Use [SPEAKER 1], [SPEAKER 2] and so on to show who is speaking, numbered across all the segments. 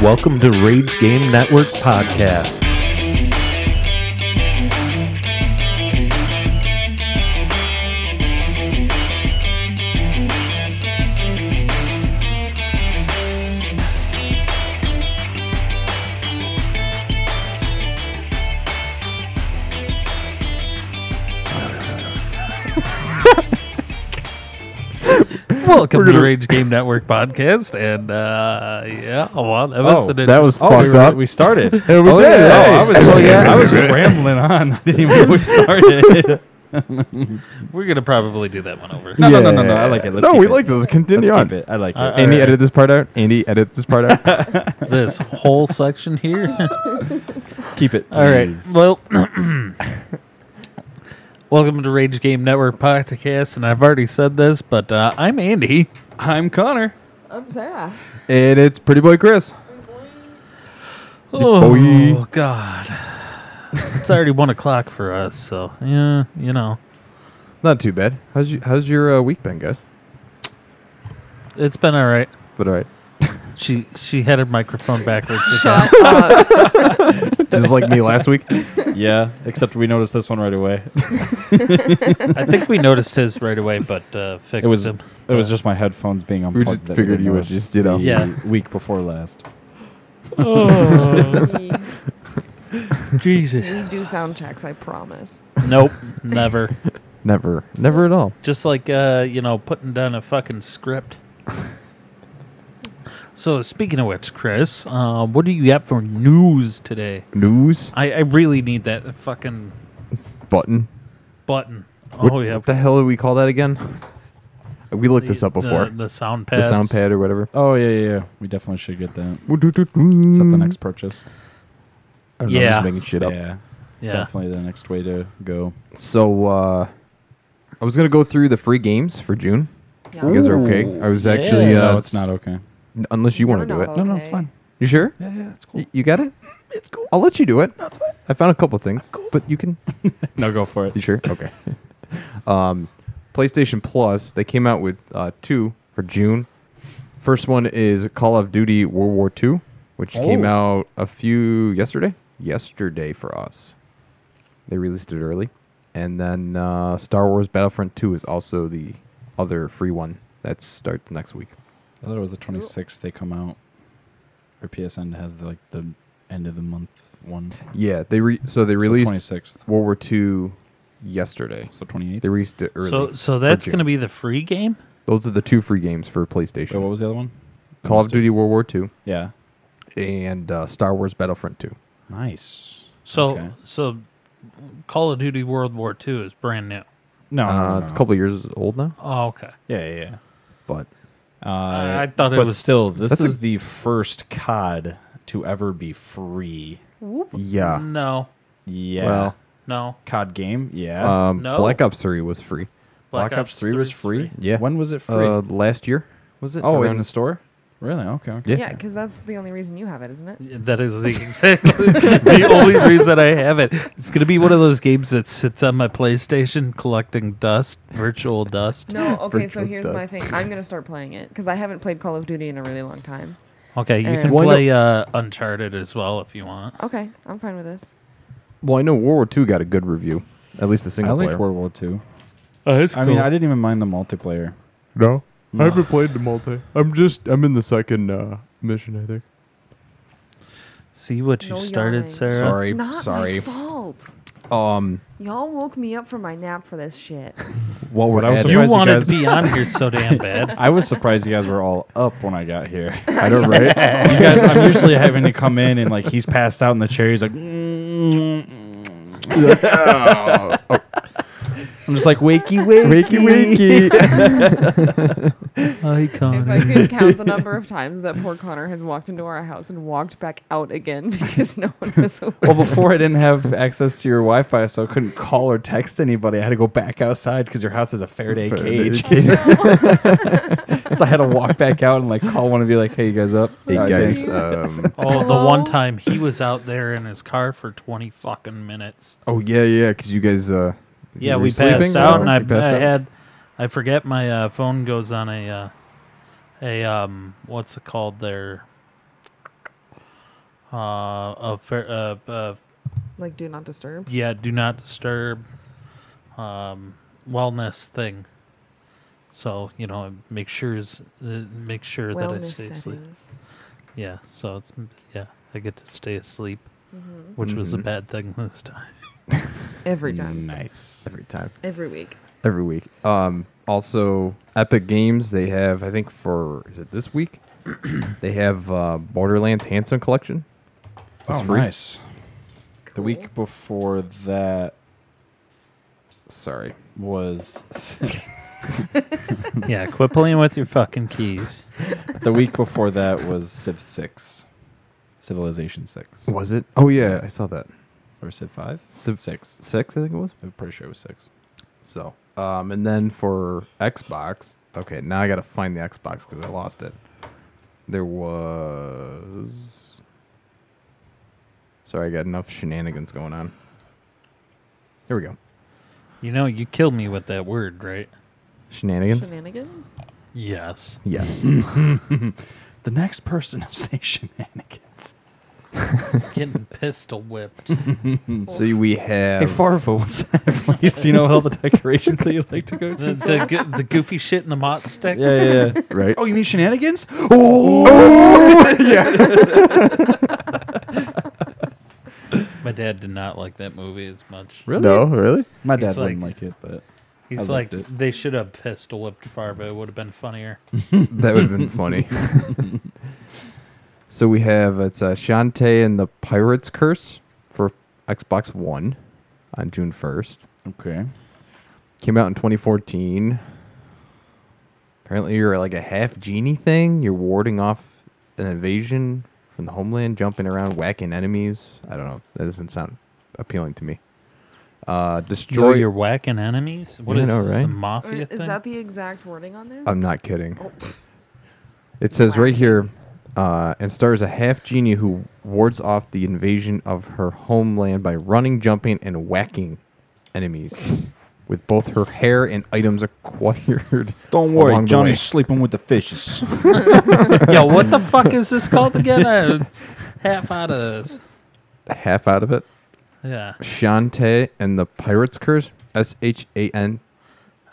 [SPEAKER 1] Welcome to Raids Game Network Podcast.
[SPEAKER 2] Welcome to
[SPEAKER 1] gonna-
[SPEAKER 2] the Rage Game Network podcast, and uh, yeah, well, that was
[SPEAKER 3] Oh,
[SPEAKER 2] an-
[SPEAKER 3] that was
[SPEAKER 1] Oh,
[SPEAKER 3] fucked
[SPEAKER 1] we were-
[SPEAKER 3] up.
[SPEAKER 1] we started.
[SPEAKER 3] Yeah, we
[SPEAKER 1] Oh,
[SPEAKER 3] did.
[SPEAKER 1] yeah.
[SPEAKER 3] Hey.
[SPEAKER 1] Oh, I was-
[SPEAKER 3] Hell
[SPEAKER 1] oh,
[SPEAKER 3] yeah.
[SPEAKER 1] yeah.
[SPEAKER 3] I was just
[SPEAKER 2] rambling on. I didn't even know we started. We're gonna probably do that one over.
[SPEAKER 4] No, no, no, no, no. I like it. Let's
[SPEAKER 3] no,
[SPEAKER 4] keep
[SPEAKER 3] we
[SPEAKER 4] it.
[SPEAKER 3] like this. Let's continue
[SPEAKER 4] Let's
[SPEAKER 3] on.
[SPEAKER 4] keep it. I like it.
[SPEAKER 2] Uh,
[SPEAKER 3] Andy,
[SPEAKER 2] Alright.
[SPEAKER 3] edit this part out. Andy, edit this part out.
[SPEAKER 2] This whole section here.
[SPEAKER 4] keep it.
[SPEAKER 2] All right.
[SPEAKER 3] Please.
[SPEAKER 2] Well, welcome to Rage Game Network podcast, and I've already said this, but uh, I'm Andy.
[SPEAKER 4] I'm Connor.
[SPEAKER 5] I'm Sarah.
[SPEAKER 3] and it's Pretty Boy Chris.
[SPEAKER 2] Oh God, it's already one o'clock for us. So yeah, you know.
[SPEAKER 3] Not too bad. How's you, how's your uh, week been, guys?
[SPEAKER 2] It's been all right.
[SPEAKER 3] But all right,
[SPEAKER 2] She she had her microphone backwards. again.
[SPEAKER 5] Shut up.
[SPEAKER 3] just like me last week.
[SPEAKER 4] Yeah, except we noticed this one right away.
[SPEAKER 2] I think we noticed his right away, but uh, fixed
[SPEAKER 4] It was
[SPEAKER 2] him.
[SPEAKER 4] it was just my headphones being unplugged.
[SPEAKER 3] just
[SPEAKER 4] that
[SPEAKER 3] figured
[SPEAKER 4] didn't
[SPEAKER 3] you would
[SPEAKER 4] notice
[SPEAKER 3] just, you know.
[SPEAKER 4] the
[SPEAKER 2] Yeah.
[SPEAKER 4] Week before last.
[SPEAKER 2] Oh,
[SPEAKER 5] we
[SPEAKER 2] Jesus.
[SPEAKER 5] do sound checks, I promise.
[SPEAKER 2] Nope, never.
[SPEAKER 3] Never, never at all.
[SPEAKER 2] Just like uh, you know, putting down a fucking script. So speaking of which, Chris, uh, what do you got for news today?
[SPEAKER 3] News
[SPEAKER 2] I, I really need that fucking
[SPEAKER 3] button.
[SPEAKER 2] button.
[SPEAKER 3] What,
[SPEAKER 2] Oh yeah,
[SPEAKER 3] what the hell do we call that again? we looked this up
[SPEAKER 2] The-
[SPEAKER 3] before.
[SPEAKER 2] The, sound
[SPEAKER 3] The,
[SPEAKER 2] pad.
[SPEAKER 3] sound pad or whatever.
[SPEAKER 4] Oh yeah, yeah, yeah. We definitely should get that. Is that the
[SPEAKER 3] Something
[SPEAKER 4] next purchase?
[SPEAKER 3] I don't know, I'm
[SPEAKER 2] Yeah.
[SPEAKER 3] just making shit Mm. up.
[SPEAKER 4] Yeah, it's
[SPEAKER 2] Yeah.
[SPEAKER 4] definitely the next way to go.
[SPEAKER 3] So uh, I was gonna go through the free games for June.
[SPEAKER 5] Yeah.
[SPEAKER 3] You guys are okay? I was actually.
[SPEAKER 2] Yeah,
[SPEAKER 3] uh,
[SPEAKER 4] no, it's not okay.
[SPEAKER 3] n- Unless you want to
[SPEAKER 5] Never
[SPEAKER 3] do it.
[SPEAKER 5] know.
[SPEAKER 4] No, no, it's
[SPEAKER 5] Okay.
[SPEAKER 4] fine.
[SPEAKER 3] You sure?
[SPEAKER 4] Yeah, yeah, it's cool.
[SPEAKER 3] Y- You got it?
[SPEAKER 4] It's cool.
[SPEAKER 3] I'll let you do it. That's fine. I found a couple things, but you can.
[SPEAKER 4] No, go for it.
[SPEAKER 3] You sure? Okay. um, PlayStation Plus. They came out with uh, two for June. First one is Call of Duty World War II, which came out a few yesterday. Yesterday for us, they released it early, and then uh, Star Wars Battlefront Two is also the other free one that starts next week.
[SPEAKER 4] I thought it was the 26th they come out. Or PSN has the, like the end of the month one.
[SPEAKER 3] Yeah, they re- so they
[SPEAKER 4] So
[SPEAKER 3] released
[SPEAKER 4] 26th.
[SPEAKER 3] World War II yesterday.
[SPEAKER 4] So 28th.
[SPEAKER 3] They released it early.
[SPEAKER 2] So so that's
[SPEAKER 3] June.
[SPEAKER 2] gonna be the free game.
[SPEAKER 3] Those are the two free games for
[SPEAKER 4] Wait,
[SPEAKER 3] PlayStation.
[SPEAKER 4] what was the other one?
[SPEAKER 3] Call of
[SPEAKER 4] Missed it.
[SPEAKER 3] Duty World War II
[SPEAKER 4] Yeah.
[SPEAKER 3] and uh, Star Wars Battlefront 2. Uh,
[SPEAKER 4] Nice.
[SPEAKER 2] So
[SPEAKER 4] Okay.
[SPEAKER 2] so Call of Duty World War II is brand new.
[SPEAKER 4] Oh, No, no, no,
[SPEAKER 3] Uh,
[SPEAKER 4] no,
[SPEAKER 3] it's a
[SPEAKER 4] no.
[SPEAKER 3] couple years old now,
[SPEAKER 2] Oh, okay.
[SPEAKER 4] Yeah, yeah. yeah.
[SPEAKER 3] but
[SPEAKER 2] I- I
[SPEAKER 4] Uh,
[SPEAKER 2] thought it
[SPEAKER 4] but
[SPEAKER 2] was-
[SPEAKER 4] still, this
[SPEAKER 3] That's a-
[SPEAKER 4] is the first COD to ever be free.
[SPEAKER 3] yeah.
[SPEAKER 2] No,
[SPEAKER 4] Mm, Yeah. Uh,
[SPEAKER 3] Well,
[SPEAKER 2] no.
[SPEAKER 4] COD game. Yeah.
[SPEAKER 3] um,
[SPEAKER 2] No.
[SPEAKER 3] Black Ops 3 was free
[SPEAKER 4] Black, Ops Three was
[SPEAKER 2] 's
[SPEAKER 4] free.
[SPEAKER 3] Yeah.
[SPEAKER 4] When was it free?
[SPEAKER 3] uh, last year. Was it?
[SPEAKER 4] oh, in
[SPEAKER 3] Around-
[SPEAKER 4] the store. Really? Okay. Okay.
[SPEAKER 5] Yeah, because that's the only reason you have it, isn't it?
[SPEAKER 2] Yeah, That is the exactly the only reason I have it. It's gonna be one of those games that sits on my PlayStation collecting dust, virtual dust.
[SPEAKER 5] No, okay, so
[SPEAKER 3] Virtual
[SPEAKER 5] here's my thing. I'm going to start playing it because I haven't played Call of Duty in a really long time.
[SPEAKER 2] Okay, you can
[SPEAKER 3] Why not-
[SPEAKER 2] play uh, Uncharted as well if you want.
[SPEAKER 5] Okay, I'm fine with this.
[SPEAKER 3] well, I know World War II got a good review, at least the
[SPEAKER 4] I
[SPEAKER 3] single
[SPEAKER 4] liked
[SPEAKER 3] player.
[SPEAKER 4] World War Two.
[SPEAKER 2] Oh, it's
[SPEAKER 4] I mean, I didn't even mind the multiplayer.
[SPEAKER 3] no,
[SPEAKER 4] I haven't
[SPEAKER 3] played the multi. I'm just I'm in the second uh, mission, I think.
[SPEAKER 2] see what you
[SPEAKER 5] No
[SPEAKER 2] started,
[SPEAKER 5] yawning.
[SPEAKER 2] Sarah.
[SPEAKER 3] Sorry.
[SPEAKER 5] It's not
[SPEAKER 3] sorry.
[SPEAKER 5] my fault.
[SPEAKER 3] Um,
[SPEAKER 5] Y'all woke me up from my nap for this shit.
[SPEAKER 3] while we're
[SPEAKER 4] I was
[SPEAKER 3] at it,
[SPEAKER 2] You
[SPEAKER 4] Surprised you
[SPEAKER 2] wanted
[SPEAKER 4] guys-
[SPEAKER 2] to be on here so damn bad.
[SPEAKER 4] I was surprised you guys were all up when I got here.
[SPEAKER 3] I know, right?
[SPEAKER 4] you guys, I'm usually having to come in and like he's passed out in the chair. He's like, "Mm." I'm just like wakey wakey.
[SPEAKER 3] wakey, wakey.
[SPEAKER 2] I
[SPEAKER 5] if I could count the number of times that poor Connor has walked into our house and walked back out again because no one was awake.
[SPEAKER 4] Well, before I didn't have access to your Wi-Fi, so I couldn't call or text anybody. I had to go back outside because your house is a Faraday, cage. so I had to walk back out and like call one and be like, "Hey, you guys up?" Uh,
[SPEAKER 3] hey
[SPEAKER 4] All right,
[SPEAKER 3] guys,
[SPEAKER 4] thanks.
[SPEAKER 3] um,
[SPEAKER 2] Oh, the one
[SPEAKER 5] Hello?
[SPEAKER 2] time he was out there in his car for twenty fucking minutes.
[SPEAKER 3] oh yeah, yeah, because you guys, uh, you
[SPEAKER 2] Yeah,
[SPEAKER 3] were
[SPEAKER 2] we
[SPEAKER 3] sleeping
[SPEAKER 2] passed
[SPEAKER 3] or
[SPEAKER 2] out, and I,
[SPEAKER 3] you passed
[SPEAKER 2] I
[SPEAKER 3] out?
[SPEAKER 2] had, I forget my uh, phone goes on a, uh, a um, what's it called there? Uh, a fair, uh, uh,
[SPEAKER 5] Like, do not disturb.
[SPEAKER 2] yeah, do not disturb um, wellness thing. So you know, make sure is uh, make sure that I
[SPEAKER 5] Wellness
[SPEAKER 2] stay asleep.
[SPEAKER 5] settings.
[SPEAKER 2] Yeah, so it's yeah, I get to stay asleep,
[SPEAKER 5] Mhm.
[SPEAKER 2] which was a
[SPEAKER 3] Mhm.
[SPEAKER 2] bad thing this time.
[SPEAKER 5] Every time.
[SPEAKER 4] Mm. Nice.
[SPEAKER 3] every time,
[SPEAKER 5] Every week.
[SPEAKER 3] every week. Um, also, Epic Games they have I think for is it this week? they have uh, Borderlands Handsome Collection. It's
[SPEAKER 4] oh,
[SPEAKER 3] free.
[SPEAKER 4] nice. The week before that
[SPEAKER 3] Sorry,
[SPEAKER 4] was
[SPEAKER 2] yeah, quit playing with your fucking keys.
[SPEAKER 4] the week before that was Civ Six, Civilization Six,
[SPEAKER 3] was it? Oh yeah, I saw that.
[SPEAKER 4] or Civ Five,
[SPEAKER 3] Civ
[SPEAKER 4] Six.
[SPEAKER 3] six, I think it was.
[SPEAKER 4] I'm pretty sure it was six.
[SPEAKER 3] So, um, and then for Xbox, okay, now I gotta find the Xbox because I lost it. There was. Sorry, I got enough shenanigans going on. Here we go.
[SPEAKER 2] You know, you kill me with that word, right?
[SPEAKER 3] Shenanigans.
[SPEAKER 5] Shenanigans?
[SPEAKER 2] Yes.
[SPEAKER 3] yes.
[SPEAKER 4] The next person is the shenanigans.
[SPEAKER 2] It's getting pistol whipped.
[SPEAKER 3] so we have.
[SPEAKER 4] Hey Farva, what's that place? You know all the decorations that you like to go
[SPEAKER 2] the,
[SPEAKER 4] to?
[SPEAKER 2] the, go- the goofy shit in the mott stick.
[SPEAKER 4] Yeah, yeah, yeah.
[SPEAKER 3] right.
[SPEAKER 4] Oh, you mean shenanigans?
[SPEAKER 2] My dad did not like that movie as much.
[SPEAKER 4] Really?
[SPEAKER 3] No, really.
[SPEAKER 4] My
[SPEAKER 2] He's
[SPEAKER 4] dad wouldn't
[SPEAKER 2] like-
[SPEAKER 4] like it, but I
[SPEAKER 2] He's like,
[SPEAKER 4] liked
[SPEAKER 2] they should have pistol whipped Farva. It would have been funnier.
[SPEAKER 3] That would have been funny. so we have it's uh, Shantae and the Pirates Curse for Xbox One on June first.
[SPEAKER 4] okay.
[SPEAKER 3] Came out in 2014. Apparently, you're like a half genie thing. You're warding off an invasion from the homeland, jumping around, whacking enemies. I don't know. That doesn't sound appealing to me. Uh, destroy.
[SPEAKER 2] Joy, you're whacking enemies. What
[SPEAKER 3] Yeah, I
[SPEAKER 2] is
[SPEAKER 3] know,
[SPEAKER 2] this,
[SPEAKER 3] right?
[SPEAKER 2] a
[SPEAKER 5] Or
[SPEAKER 2] mafia
[SPEAKER 5] is
[SPEAKER 2] thing?
[SPEAKER 5] that the exact wording on there?
[SPEAKER 3] I'm not kidding.
[SPEAKER 5] Oh, pff,
[SPEAKER 3] It says right here, uh, and stars a half genie who wards off the invasion of her homeland by running, jumping, and whacking enemies with both her hair and items acquired.
[SPEAKER 4] Don't
[SPEAKER 3] worry, Along the Johnny's way.
[SPEAKER 4] sleeping with the fishes.
[SPEAKER 2] Yo, what the fuck is this called again? I'm half out of this.
[SPEAKER 3] half out of it.
[SPEAKER 2] Yeah.
[SPEAKER 3] Shantae and the Pirates Curse. S H A N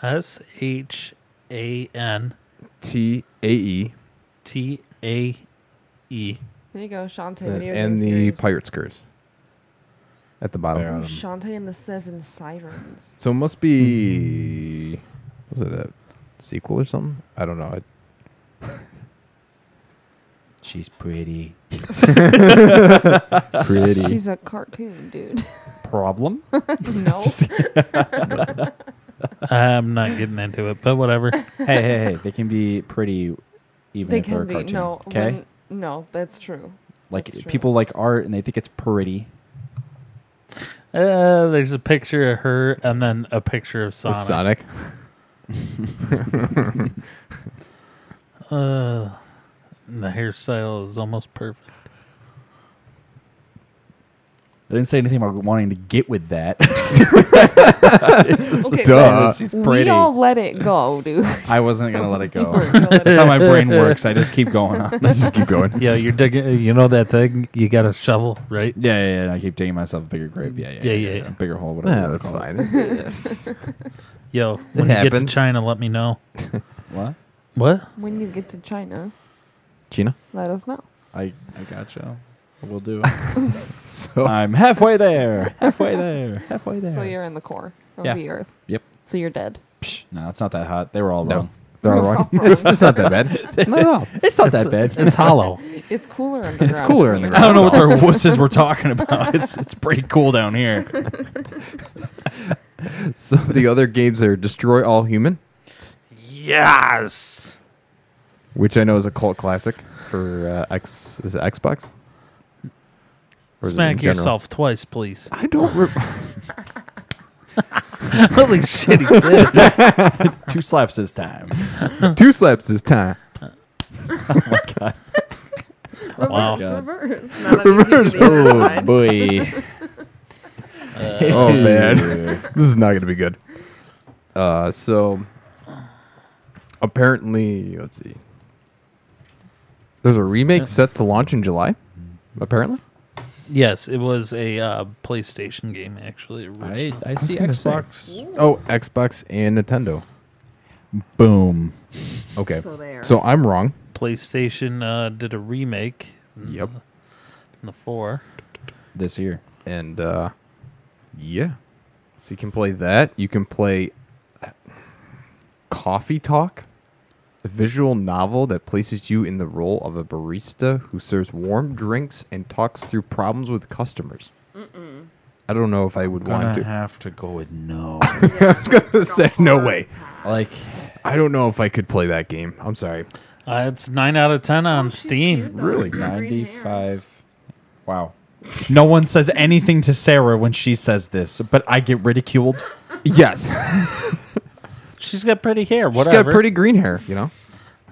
[SPEAKER 2] S H A N
[SPEAKER 3] T A E.
[SPEAKER 2] T A E.
[SPEAKER 5] There you go, Shantae. video
[SPEAKER 3] And
[SPEAKER 5] game
[SPEAKER 3] the
[SPEAKER 5] series.
[SPEAKER 3] Pirates Curse at the
[SPEAKER 4] There.
[SPEAKER 3] bottom.
[SPEAKER 5] Ooh, Shantae and the Seven Sirens.
[SPEAKER 3] So it must be. Was it a sequel or something? I don't know. I-
[SPEAKER 4] She's pretty.
[SPEAKER 3] Pretty.
[SPEAKER 5] She's a cartoon, dude.
[SPEAKER 4] Problem?
[SPEAKER 5] no.
[SPEAKER 2] I'm not getting into it, but whatever.
[SPEAKER 4] hey, hey, hey. They can be pretty even
[SPEAKER 5] they
[SPEAKER 4] if they're a
[SPEAKER 5] can be.
[SPEAKER 4] cartoon.
[SPEAKER 5] No.
[SPEAKER 4] okay?
[SPEAKER 5] when- no, that's true.
[SPEAKER 4] like
[SPEAKER 5] that's true.
[SPEAKER 4] people like art and they think it's pretty.
[SPEAKER 2] Uh, there's a picture of her and then a picture of
[SPEAKER 3] With
[SPEAKER 2] Sonic.
[SPEAKER 3] Sonic.
[SPEAKER 2] Uh, and the hairstyle is almost perfect.
[SPEAKER 4] I didn't say anything about wanting to get with that.
[SPEAKER 5] Okay,
[SPEAKER 3] Duh.
[SPEAKER 4] She's
[SPEAKER 5] We
[SPEAKER 4] pretty.
[SPEAKER 5] all let it go, dude.
[SPEAKER 4] I wasn't gonna let it
[SPEAKER 5] We
[SPEAKER 4] go.
[SPEAKER 5] weren't gonna let it
[SPEAKER 4] That's how my brain works. I just keep going on.
[SPEAKER 3] Let's just keep going.
[SPEAKER 2] Yeah, you're digging. You know that thing? You got a shovel, right?
[SPEAKER 4] Yeah, yeah, yeah. and I keep digging myself a bigger grave. Yeah, yeah,
[SPEAKER 2] Yeah, yeah, yeah.
[SPEAKER 4] Bigger hole. Whatever.
[SPEAKER 3] Yeah,
[SPEAKER 4] you
[SPEAKER 3] that's
[SPEAKER 4] call it.
[SPEAKER 3] fine.
[SPEAKER 2] Yo, when you get to
[SPEAKER 3] happens.
[SPEAKER 2] China, let me know.
[SPEAKER 4] What?
[SPEAKER 2] What?
[SPEAKER 5] When you get to China,
[SPEAKER 3] Gina.
[SPEAKER 5] let us know.
[SPEAKER 4] I I gotcha. We'll do.
[SPEAKER 3] So
[SPEAKER 4] I'm halfway there. Halfway there. Halfway there.
[SPEAKER 5] So you're in the core of
[SPEAKER 4] Yeah.
[SPEAKER 5] the earth.
[SPEAKER 4] Yep.
[SPEAKER 5] So you're dead.
[SPEAKER 4] Psh, no, it's not that hot. They were all
[SPEAKER 3] No.
[SPEAKER 4] wrong.
[SPEAKER 3] they're all wrong. It's, it's not that bad. Not at all.
[SPEAKER 4] It's not that bad.
[SPEAKER 2] It's hollow.
[SPEAKER 5] It's cooler underground.
[SPEAKER 3] cooler in the
[SPEAKER 5] you
[SPEAKER 4] I don't know what their wusses were talking about. It's it's pretty cool down here.
[SPEAKER 3] So the other games are Destroy All Human,
[SPEAKER 2] yes.
[SPEAKER 3] which I know is a cult classic for uh, X. Is it Xbox? Or is it in
[SPEAKER 2] Smack
[SPEAKER 3] general?
[SPEAKER 2] yourself twice, please.
[SPEAKER 3] I don't. Re-
[SPEAKER 2] Holy shit, he did.
[SPEAKER 4] Two slaps this time.
[SPEAKER 3] Two slaps this time.
[SPEAKER 2] Wow.
[SPEAKER 5] Reverse, reverse. Now that means you do the other side.
[SPEAKER 4] boy.
[SPEAKER 3] Oh man, this is not gonna be good. Uh, so apparently, let's see. There's a remake set to launch in July. Apparently,
[SPEAKER 2] Yes, it was a uh, PlayStation game actually.
[SPEAKER 6] I,
[SPEAKER 2] originally.
[SPEAKER 6] I see
[SPEAKER 4] gonna say.
[SPEAKER 6] Xbox.
[SPEAKER 3] Oh, Xbox and Nintendo.
[SPEAKER 4] Boom.
[SPEAKER 3] Okay.
[SPEAKER 5] So there.
[SPEAKER 3] So I'm wrong.
[SPEAKER 2] PlayStation uh, did a remake. in
[SPEAKER 3] Yep.
[SPEAKER 2] the- in the four.
[SPEAKER 4] This year.
[SPEAKER 3] And uh yeah. So you can play that. You can play uh, Coffee Talk, a visual novel that places you in the role of a barista who serves warm drinks and talks through problems with customers. I don't know if I would want to.
[SPEAKER 6] have to go with no.
[SPEAKER 3] say, no way.
[SPEAKER 6] like
[SPEAKER 3] I don't know if I could play that game. I'm sorry.
[SPEAKER 2] Uh, it's nine out of ten on
[SPEAKER 5] Oh, she's
[SPEAKER 2] Um, Steam.
[SPEAKER 5] cute, though.
[SPEAKER 3] Really?
[SPEAKER 5] She's got green hair.
[SPEAKER 4] Wow. No one says anything to Sarah when she says this, but I get ridiculed.
[SPEAKER 3] Yes.
[SPEAKER 2] She's got pretty hair.
[SPEAKER 3] She's
[SPEAKER 2] Whatever.
[SPEAKER 3] got pretty green hair, you know?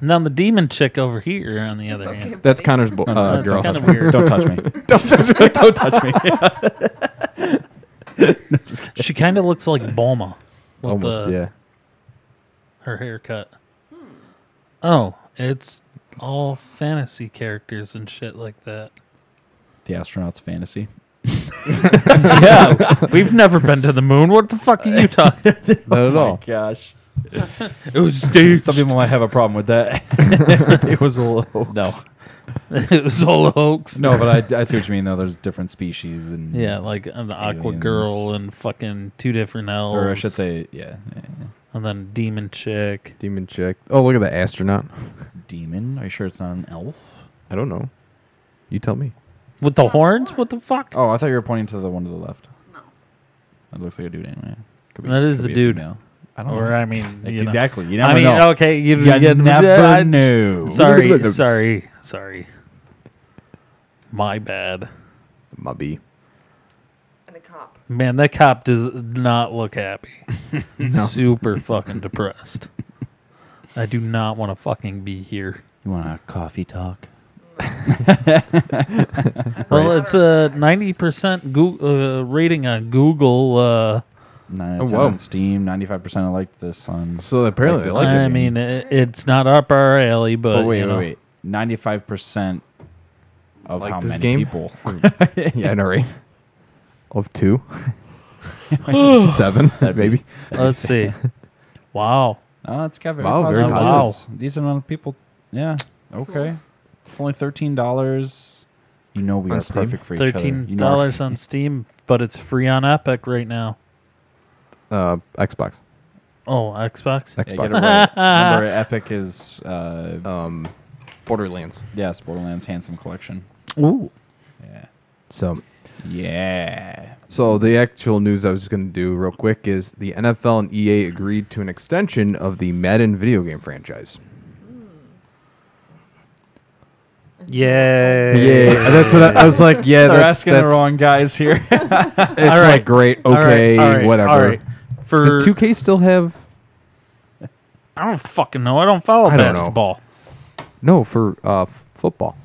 [SPEAKER 2] And then the demon chick over here, on the other
[SPEAKER 5] Okay,
[SPEAKER 2] hand,
[SPEAKER 3] That's
[SPEAKER 5] buddy.
[SPEAKER 3] Connor's bo-
[SPEAKER 4] No, no,
[SPEAKER 3] uh,
[SPEAKER 2] that's
[SPEAKER 3] girl.
[SPEAKER 2] kind of weird.
[SPEAKER 4] Don't touch me. don't touch me. don't touch me.
[SPEAKER 2] she kind of looks like Bulma. with
[SPEAKER 3] Almost,
[SPEAKER 2] the-
[SPEAKER 3] yeah.
[SPEAKER 2] Her haircut. Oh, it's all fantasy characters and shit like that.
[SPEAKER 4] The astronaut's fantasy.
[SPEAKER 2] yeah, we've never been to the moon. What the fuck are you talking?
[SPEAKER 3] Not at all.
[SPEAKER 4] Gosh.
[SPEAKER 2] It was staged.
[SPEAKER 4] Some people might have a problem with that. it was a little
[SPEAKER 2] No, it was all a hoax.
[SPEAKER 4] No, but I, I see what you mean though. There's different species and
[SPEAKER 2] Yeah, like an Aqua
[SPEAKER 4] Aliens.
[SPEAKER 2] Girl and fucking two different elves.
[SPEAKER 4] or I should say, yeah, yeah.
[SPEAKER 2] and then Demon Chick.
[SPEAKER 3] Demon chick. Oh, look at the astronaut.
[SPEAKER 4] demon. Are you sure it's not an elf?
[SPEAKER 3] I don't know. You tell me.
[SPEAKER 2] With the horns? What the fuck?
[SPEAKER 4] Oh, I thought you were pointing to the one to the left.
[SPEAKER 5] No.
[SPEAKER 4] That looks like a dude anyway. Could
[SPEAKER 2] That is
[SPEAKER 4] could
[SPEAKER 2] a
[SPEAKER 4] be
[SPEAKER 2] dude.
[SPEAKER 4] female. I don't
[SPEAKER 2] Or
[SPEAKER 4] know.
[SPEAKER 2] I mean,
[SPEAKER 4] Like,
[SPEAKER 2] you know.
[SPEAKER 4] exactly. You never
[SPEAKER 2] I mean,
[SPEAKER 4] know.
[SPEAKER 2] okay, you,
[SPEAKER 4] You
[SPEAKER 2] you
[SPEAKER 4] never
[SPEAKER 2] I-
[SPEAKER 4] know.
[SPEAKER 2] Sorry, sorry, sorry. My bad.
[SPEAKER 3] Mubby.
[SPEAKER 5] And a cop.
[SPEAKER 2] Man, that cop does not look happy. Super fucking depressed. I do not want to fucking be here.
[SPEAKER 4] You want a coffee talk?
[SPEAKER 5] That's
[SPEAKER 2] Well,
[SPEAKER 5] not
[SPEAKER 2] it's a
[SPEAKER 5] fact.
[SPEAKER 2] ninety percent uh, rating on Google. Uh,
[SPEAKER 4] Nine
[SPEAKER 3] Oh,
[SPEAKER 4] oh,
[SPEAKER 3] wow.
[SPEAKER 4] on Steam. Ninety-five percent. I like this on.
[SPEAKER 3] So apparently,
[SPEAKER 4] Like
[SPEAKER 3] they like
[SPEAKER 2] I
[SPEAKER 3] it.
[SPEAKER 2] mean, it, it's not up our alley, but,
[SPEAKER 4] But wait,
[SPEAKER 2] you
[SPEAKER 4] wait,
[SPEAKER 2] know,
[SPEAKER 4] wait. Ninety-five percent of
[SPEAKER 3] Like
[SPEAKER 4] how
[SPEAKER 3] this
[SPEAKER 4] many
[SPEAKER 3] game?
[SPEAKER 4] people?
[SPEAKER 3] yeah, I know, right? Of two, seven, maybe.
[SPEAKER 2] let's see. Wow,
[SPEAKER 4] Oh, it's got very
[SPEAKER 3] Wow, very
[SPEAKER 4] positive.
[SPEAKER 2] positive.
[SPEAKER 4] reviews. Decent amount of people. Yeah. Okay. It's only thirteen dollars. You know we
[SPEAKER 3] On
[SPEAKER 4] are
[SPEAKER 3] Steam?
[SPEAKER 4] perfect for each other.
[SPEAKER 2] thirteen
[SPEAKER 4] You know our
[SPEAKER 2] dollars
[SPEAKER 4] f-
[SPEAKER 2] on Steam, but it's free on Epic right now.
[SPEAKER 3] Uh, Xbox.
[SPEAKER 2] Oh, Xbox.
[SPEAKER 4] Yeah, get it
[SPEAKER 3] Xbox.
[SPEAKER 4] right. Remember, Epic is uh,
[SPEAKER 3] um, Borderlands.
[SPEAKER 4] yes, Borderlands Handsome Collection.
[SPEAKER 2] Ooh,
[SPEAKER 4] Yeah.
[SPEAKER 3] So,
[SPEAKER 4] Yeah.
[SPEAKER 3] so the actual news I was going to do real quick is the NFL and EA agreed to an extension of the Madden video game franchise.
[SPEAKER 2] yay!
[SPEAKER 3] Yeah, that's what I, I was like. Yeah,
[SPEAKER 4] They're
[SPEAKER 3] that's
[SPEAKER 4] asking
[SPEAKER 3] that's
[SPEAKER 4] the wrong guys here.
[SPEAKER 3] it's
[SPEAKER 2] right.
[SPEAKER 3] like great.
[SPEAKER 2] All right,
[SPEAKER 3] Okay,
[SPEAKER 2] all right, all
[SPEAKER 3] whatever.
[SPEAKER 2] right. For
[SPEAKER 3] Does 2K still have
[SPEAKER 2] I don't fucking know. I don't follow
[SPEAKER 3] I don't know.
[SPEAKER 2] basketball.
[SPEAKER 3] no for uh f- football?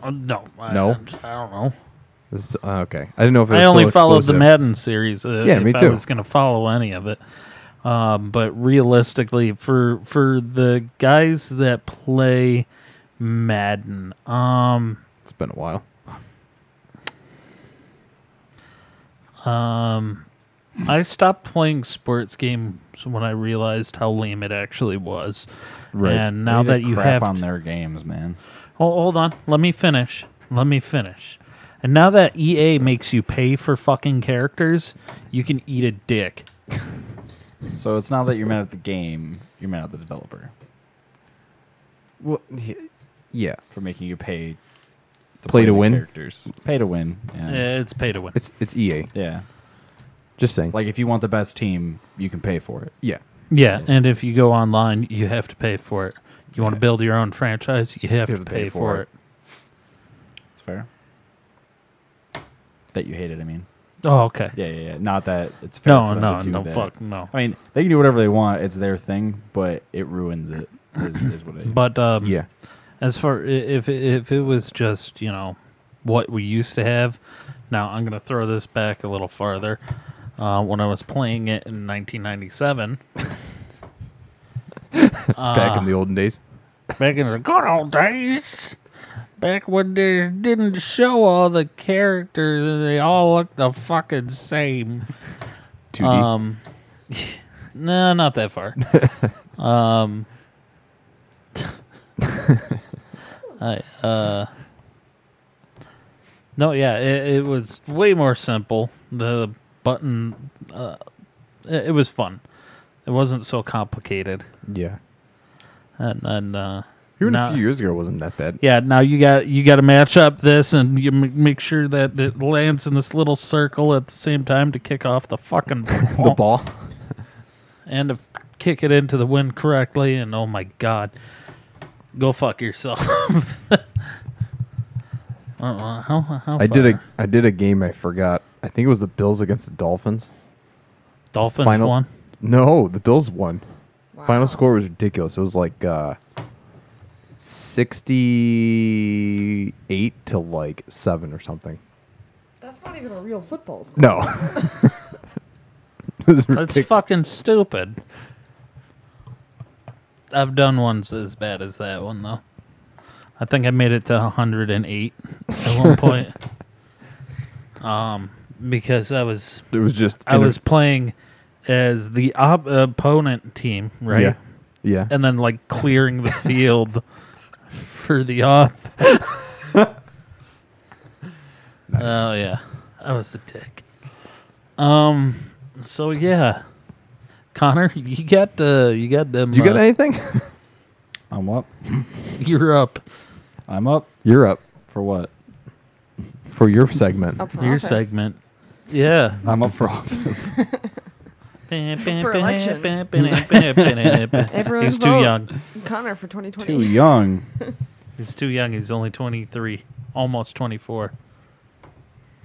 [SPEAKER 2] Uh, no, I,
[SPEAKER 3] No?
[SPEAKER 2] I don't know.
[SPEAKER 3] This is, uh, okay, I didn't know if it was
[SPEAKER 2] I only
[SPEAKER 3] still
[SPEAKER 2] followed the
[SPEAKER 3] exclusive.
[SPEAKER 2] Madden series. Uh,
[SPEAKER 3] Yeah,
[SPEAKER 2] if
[SPEAKER 3] me
[SPEAKER 2] I
[SPEAKER 3] too.
[SPEAKER 2] was going to follow any of it, um, but realistically, for for the guys that play Madden, um,
[SPEAKER 3] It's been a while.
[SPEAKER 2] um, I stopped playing sports games when I realized how lame it actually was. And now
[SPEAKER 4] Way to
[SPEAKER 2] that you
[SPEAKER 4] crap
[SPEAKER 2] have
[SPEAKER 4] on their games, man.
[SPEAKER 2] Hold, hold on. Let me finish. Let me finish. And now that EA makes you pay for fucking characters, you can eat a dick.
[SPEAKER 4] So it's not that you're mad at the game, you're mad at the developer
[SPEAKER 3] Well, y- yeah,
[SPEAKER 4] for making you pay to
[SPEAKER 3] Play to
[SPEAKER 4] the
[SPEAKER 3] win?
[SPEAKER 4] characters. Pay to win. Yeah.
[SPEAKER 2] Eh, It's pay to win.
[SPEAKER 3] it's it's EA.
[SPEAKER 4] yeah.
[SPEAKER 3] Just saying.
[SPEAKER 4] Like if you want the best team, you can pay for it.
[SPEAKER 3] yeah,
[SPEAKER 2] Yeah, and if you go online, you have to pay for it. You want to build your own franchise, you have, to, pay, for it.
[SPEAKER 4] It's fair. That you hate it, I mean.
[SPEAKER 2] Oh, okay.
[SPEAKER 4] Yeah, yeah, yeah. Not that it's fair.
[SPEAKER 2] no,
[SPEAKER 4] for them
[SPEAKER 2] no,
[SPEAKER 4] to do
[SPEAKER 2] no,
[SPEAKER 4] that.
[SPEAKER 2] fuck, no.
[SPEAKER 4] I mean, they can do whatever they want. It's their thing, but it ruins it. Is, is what it.
[SPEAKER 2] But um,
[SPEAKER 3] yeah.
[SPEAKER 2] as far i- if if it was just you know what we used to have, now I'm gonna throw this back a little farther. Uh, when I was playing it in 1997, Ah.
[SPEAKER 3] Back in the olden days.
[SPEAKER 2] back in the good old days. Back when they didn't show all the characters, they all looked the fucking same.
[SPEAKER 3] 2D.
[SPEAKER 2] Um, no, not that far. um, I, uh, no, yeah, it, it was way more simple. The button, uh, it, it was fun. It wasn't so complicated.
[SPEAKER 3] yeah.
[SPEAKER 2] And then, uh,
[SPEAKER 3] Even
[SPEAKER 2] Nah.
[SPEAKER 3] a few years ago, it wasn't that bad.
[SPEAKER 2] yeah, now you got you got to match up this, and you m- make sure that it lands in this little circle at the same time to kick off the fucking
[SPEAKER 3] The ball.
[SPEAKER 2] and to f- kick it into the wind correctly. And oh my god, go fuck yourself. I don't know, how, how
[SPEAKER 3] I did a
[SPEAKER 2] far?
[SPEAKER 3] I did a game I forgot. I think it was the Bills against the Dolphins.
[SPEAKER 2] Dolphins
[SPEAKER 3] final-
[SPEAKER 2] one.
[SPEAKER 3] No, the Bills won.
[SPEAKER 5] Wow.
[SPEAKER 3] Final score was ridiculous. It was like uh, sixty eight to like seven or something.
[SPEAKER 5] That's not even a real football score.
[SPEAKER 3] No. It was
[SPEAKER 2] That's
[SPEAKER 3] ridic-
[SPEAKER 2] fucking stupid. I've done ones as bad as that one though. I think I made it to 108 at one point. Um, because I was
[SPEAKER 3] it was just
[SPEAKER 2] I was playing as the op- opponent team, right?
[SPEAKER 3] Yeah. yeah.
[SPEAKER 2] and then like clearing the field for the off. Oh yeah, I was the dick. Um, so yeah, Connor, you got the you got them.
[SPEAKER 3] Do you
[SPEAKER 2] uh,
[SPEAKER 3] got anything?
[SPEAKER 4] I'm up.
[SPEAKER 2] You're up.
[SPEAKER 4] I'm up
[SPEAKER 3] You're up
[SPEAKER 4] for what?
[SPEAKER 3] for your segment.
[SPEAKER 5] Up for
[SPEAKER 2] Your
[SPEAKER 5] office.
[SPEAKER 2] segment. Yeah.
[SPEAKER 4] I'm up for office.
[SPEAKER 2] For
[SPEAKER 5] election.
[SPEAKER 2] He's too
[SPEAKER 5] vote.
[SPEAKER 2] young.
[SPEAKER 5] Connor for
[SPEAKER 4] Too
[SPEAKER 5] 2020.
[SPEAKER 4] young.
[SPEAKER 2] He's too young. He's only 23, almost 24.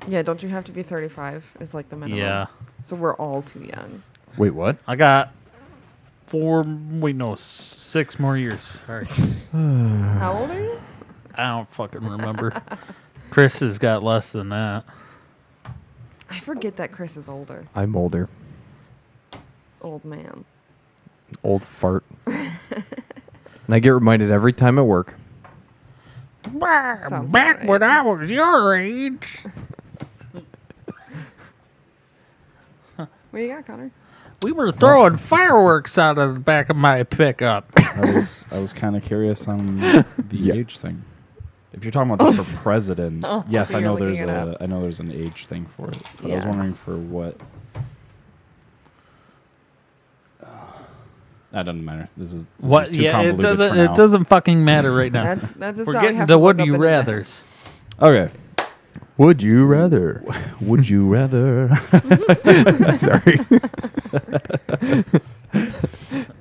[SPEAKER 5] Yeah, don't you have to be 35? Is like the minimum.
[SPEAKER 2] Yeah.
[SPEAKER 5] So we're all too young.
[SPEAKER 3] Wait, what?
[SPEAKER 2] I got four. Wait, no, s- six more years. Sorry,
[SPEAKER 5] How old are you?
[SPEAKER 2] I don't fucking remember. Chris has got less than that.
[SPEAKER 5] I forget that Chris is older.
[SPEAKER 3] I'm older.
[SPEAKER 5] Old man.
[SPEAKER 3] Old fart. and I get reminded every time at work.
[SPEAKER 5] Sounds
[SPEAKER 2] Back
[SPEAKER 5] about
[SPEAKER 2] when
[SPEAKER 5] right.
[SPEAKER 2] I was your age,
[SPEAKER 5] What do you got, Connor?
[SPEAKER 2] we were throwing fireworks out of the back of my pickup.
[SPEAKER 4] I was I was kind of curious on the age thing. If you're talking about just for president,
[SPEAKER 5] Oh,
[SPEAKER 4] yes,
[SPEAKER 5] so
[SPEAKER 4] I
[SPEAKER 5] you're
[SPEAKER 4] know there's
[SPEAKER 5] looking it
[SPEAKER 4] a
[SPEAKER 5] up.
[SPEAKER 4] I know there's an age thing for it. But I was
[SPEAKER 5] Yeah.
[SPEAKER 4] wondering for what. That doesn't matter. This is this
[SPEAKER 2] what?
[SPEAKER 4] is too
[SPEAKER 2] Yeah, it
[SPEAKER 4] convoluted
[SPEAKER 2] doesn't.
[SPEAKER 4] for
[SPEAKER 2] It
[SPEAKER 4] now.
[SPEAKER 2] doesn't fucking matter right now.
[SPEAKER 5] That's that's a
[SPEAKER 2] we're
[SPEAKER 5] song you
[SPEAKER 2] getting
[SPEAKER 5] have
[SPEAKER 2] to
[SPEAKER 5] to
[SPEAKER 2] would
[SPEAKER 5] look up
[SPEAKER 2] you
[SPEAKER 5] in the net.
[SPEAKER 2] rather's.
[SPEAKER 4] Okay,
[SPEAKER 3] Would you rather?
[SPEAKER 4] would you rather?
[SPEAKER 3] Sorry.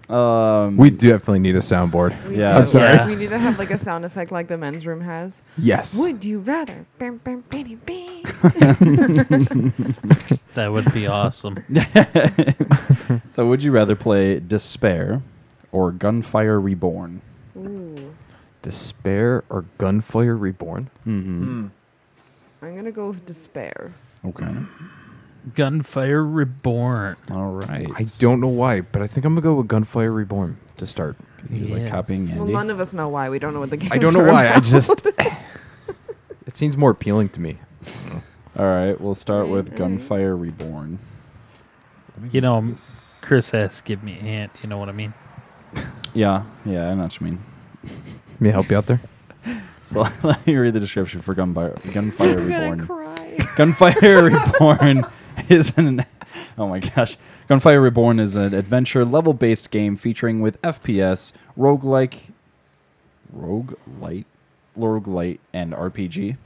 [SPEAKER 4] Um,
[SPEAKER 3] we definitely need a soundboard.
[SPEAKER 5] We
[SPEAKER 4] Yeah.
[SPEAKER 5] do.
[SPEAKER 4] I'm
[SPEAKER 3] sorry.
[SPEAKER 2] Yeah.
[SPEAKER 5] We need to have like a sound effect like the men's room has.
[SPEAKER 3] Yes.
[SPEAKER 5] Would you rather? Bam, bam, bitty, bing.
[SPEAKER 2] That would be awesome.
[SPEAKER 4] so would you rather play Despair or Gunfire Reborn?
[SPEAKER 5] Ooh.
[SPEAKER 3] Despair or Gunfire Reborn?
[SPEAKER 4] Mm-hmm.
[SPEAKER 3] Hmm.
[SPEAKER 5] I'm gonna go with despair.
[SPEAKER 4] Okay.
[SPEAKER 2] Gunfire Reborn.
[SPEAKER 4] All right.
[SPEAKER 3] I don't know why, but I think I'm gonna go with Gunfire Reborn to start.
[SPEAKER 4] He's like
[SPEAKER 2] Yes.
[SPEAKER 4] copying
[SPEAKER 5] Well,
[SPEAKER 4] Andy.
[SPEAKER 5] none of us know why. We don't know what the game
[SPEAKER 3] I don't know why. I just it seems more appealing to me.
[SPEAKER 4] All right, we'll start
[SPEAKER 5] Alright,
[SPEAKER 4] with
[SPEAKER 5] alright.
[SPEAKER 4] Gunfire Reborn.
[SPEAKER 2] You know, m- Chris has to give me a hint. You know what I mean?
[SPEAKER 4] Yeah, yeah, I know what you mean.
[SPEAKER 3] May I help you out there?
[SPEAKER 4] So let me read the description for Gunfire Gunfire
[SPEAKER 5] I'm gonna
[SPEAKER 4] Reborn.
[SPEAKER 5] cry.
[SPEAKER 4] Gunfire Reborn is an oh my gosh, Gunfire Reborn is an adventure level based game featuring with FPS, roguelike, roguelite, roguelite, and RPG.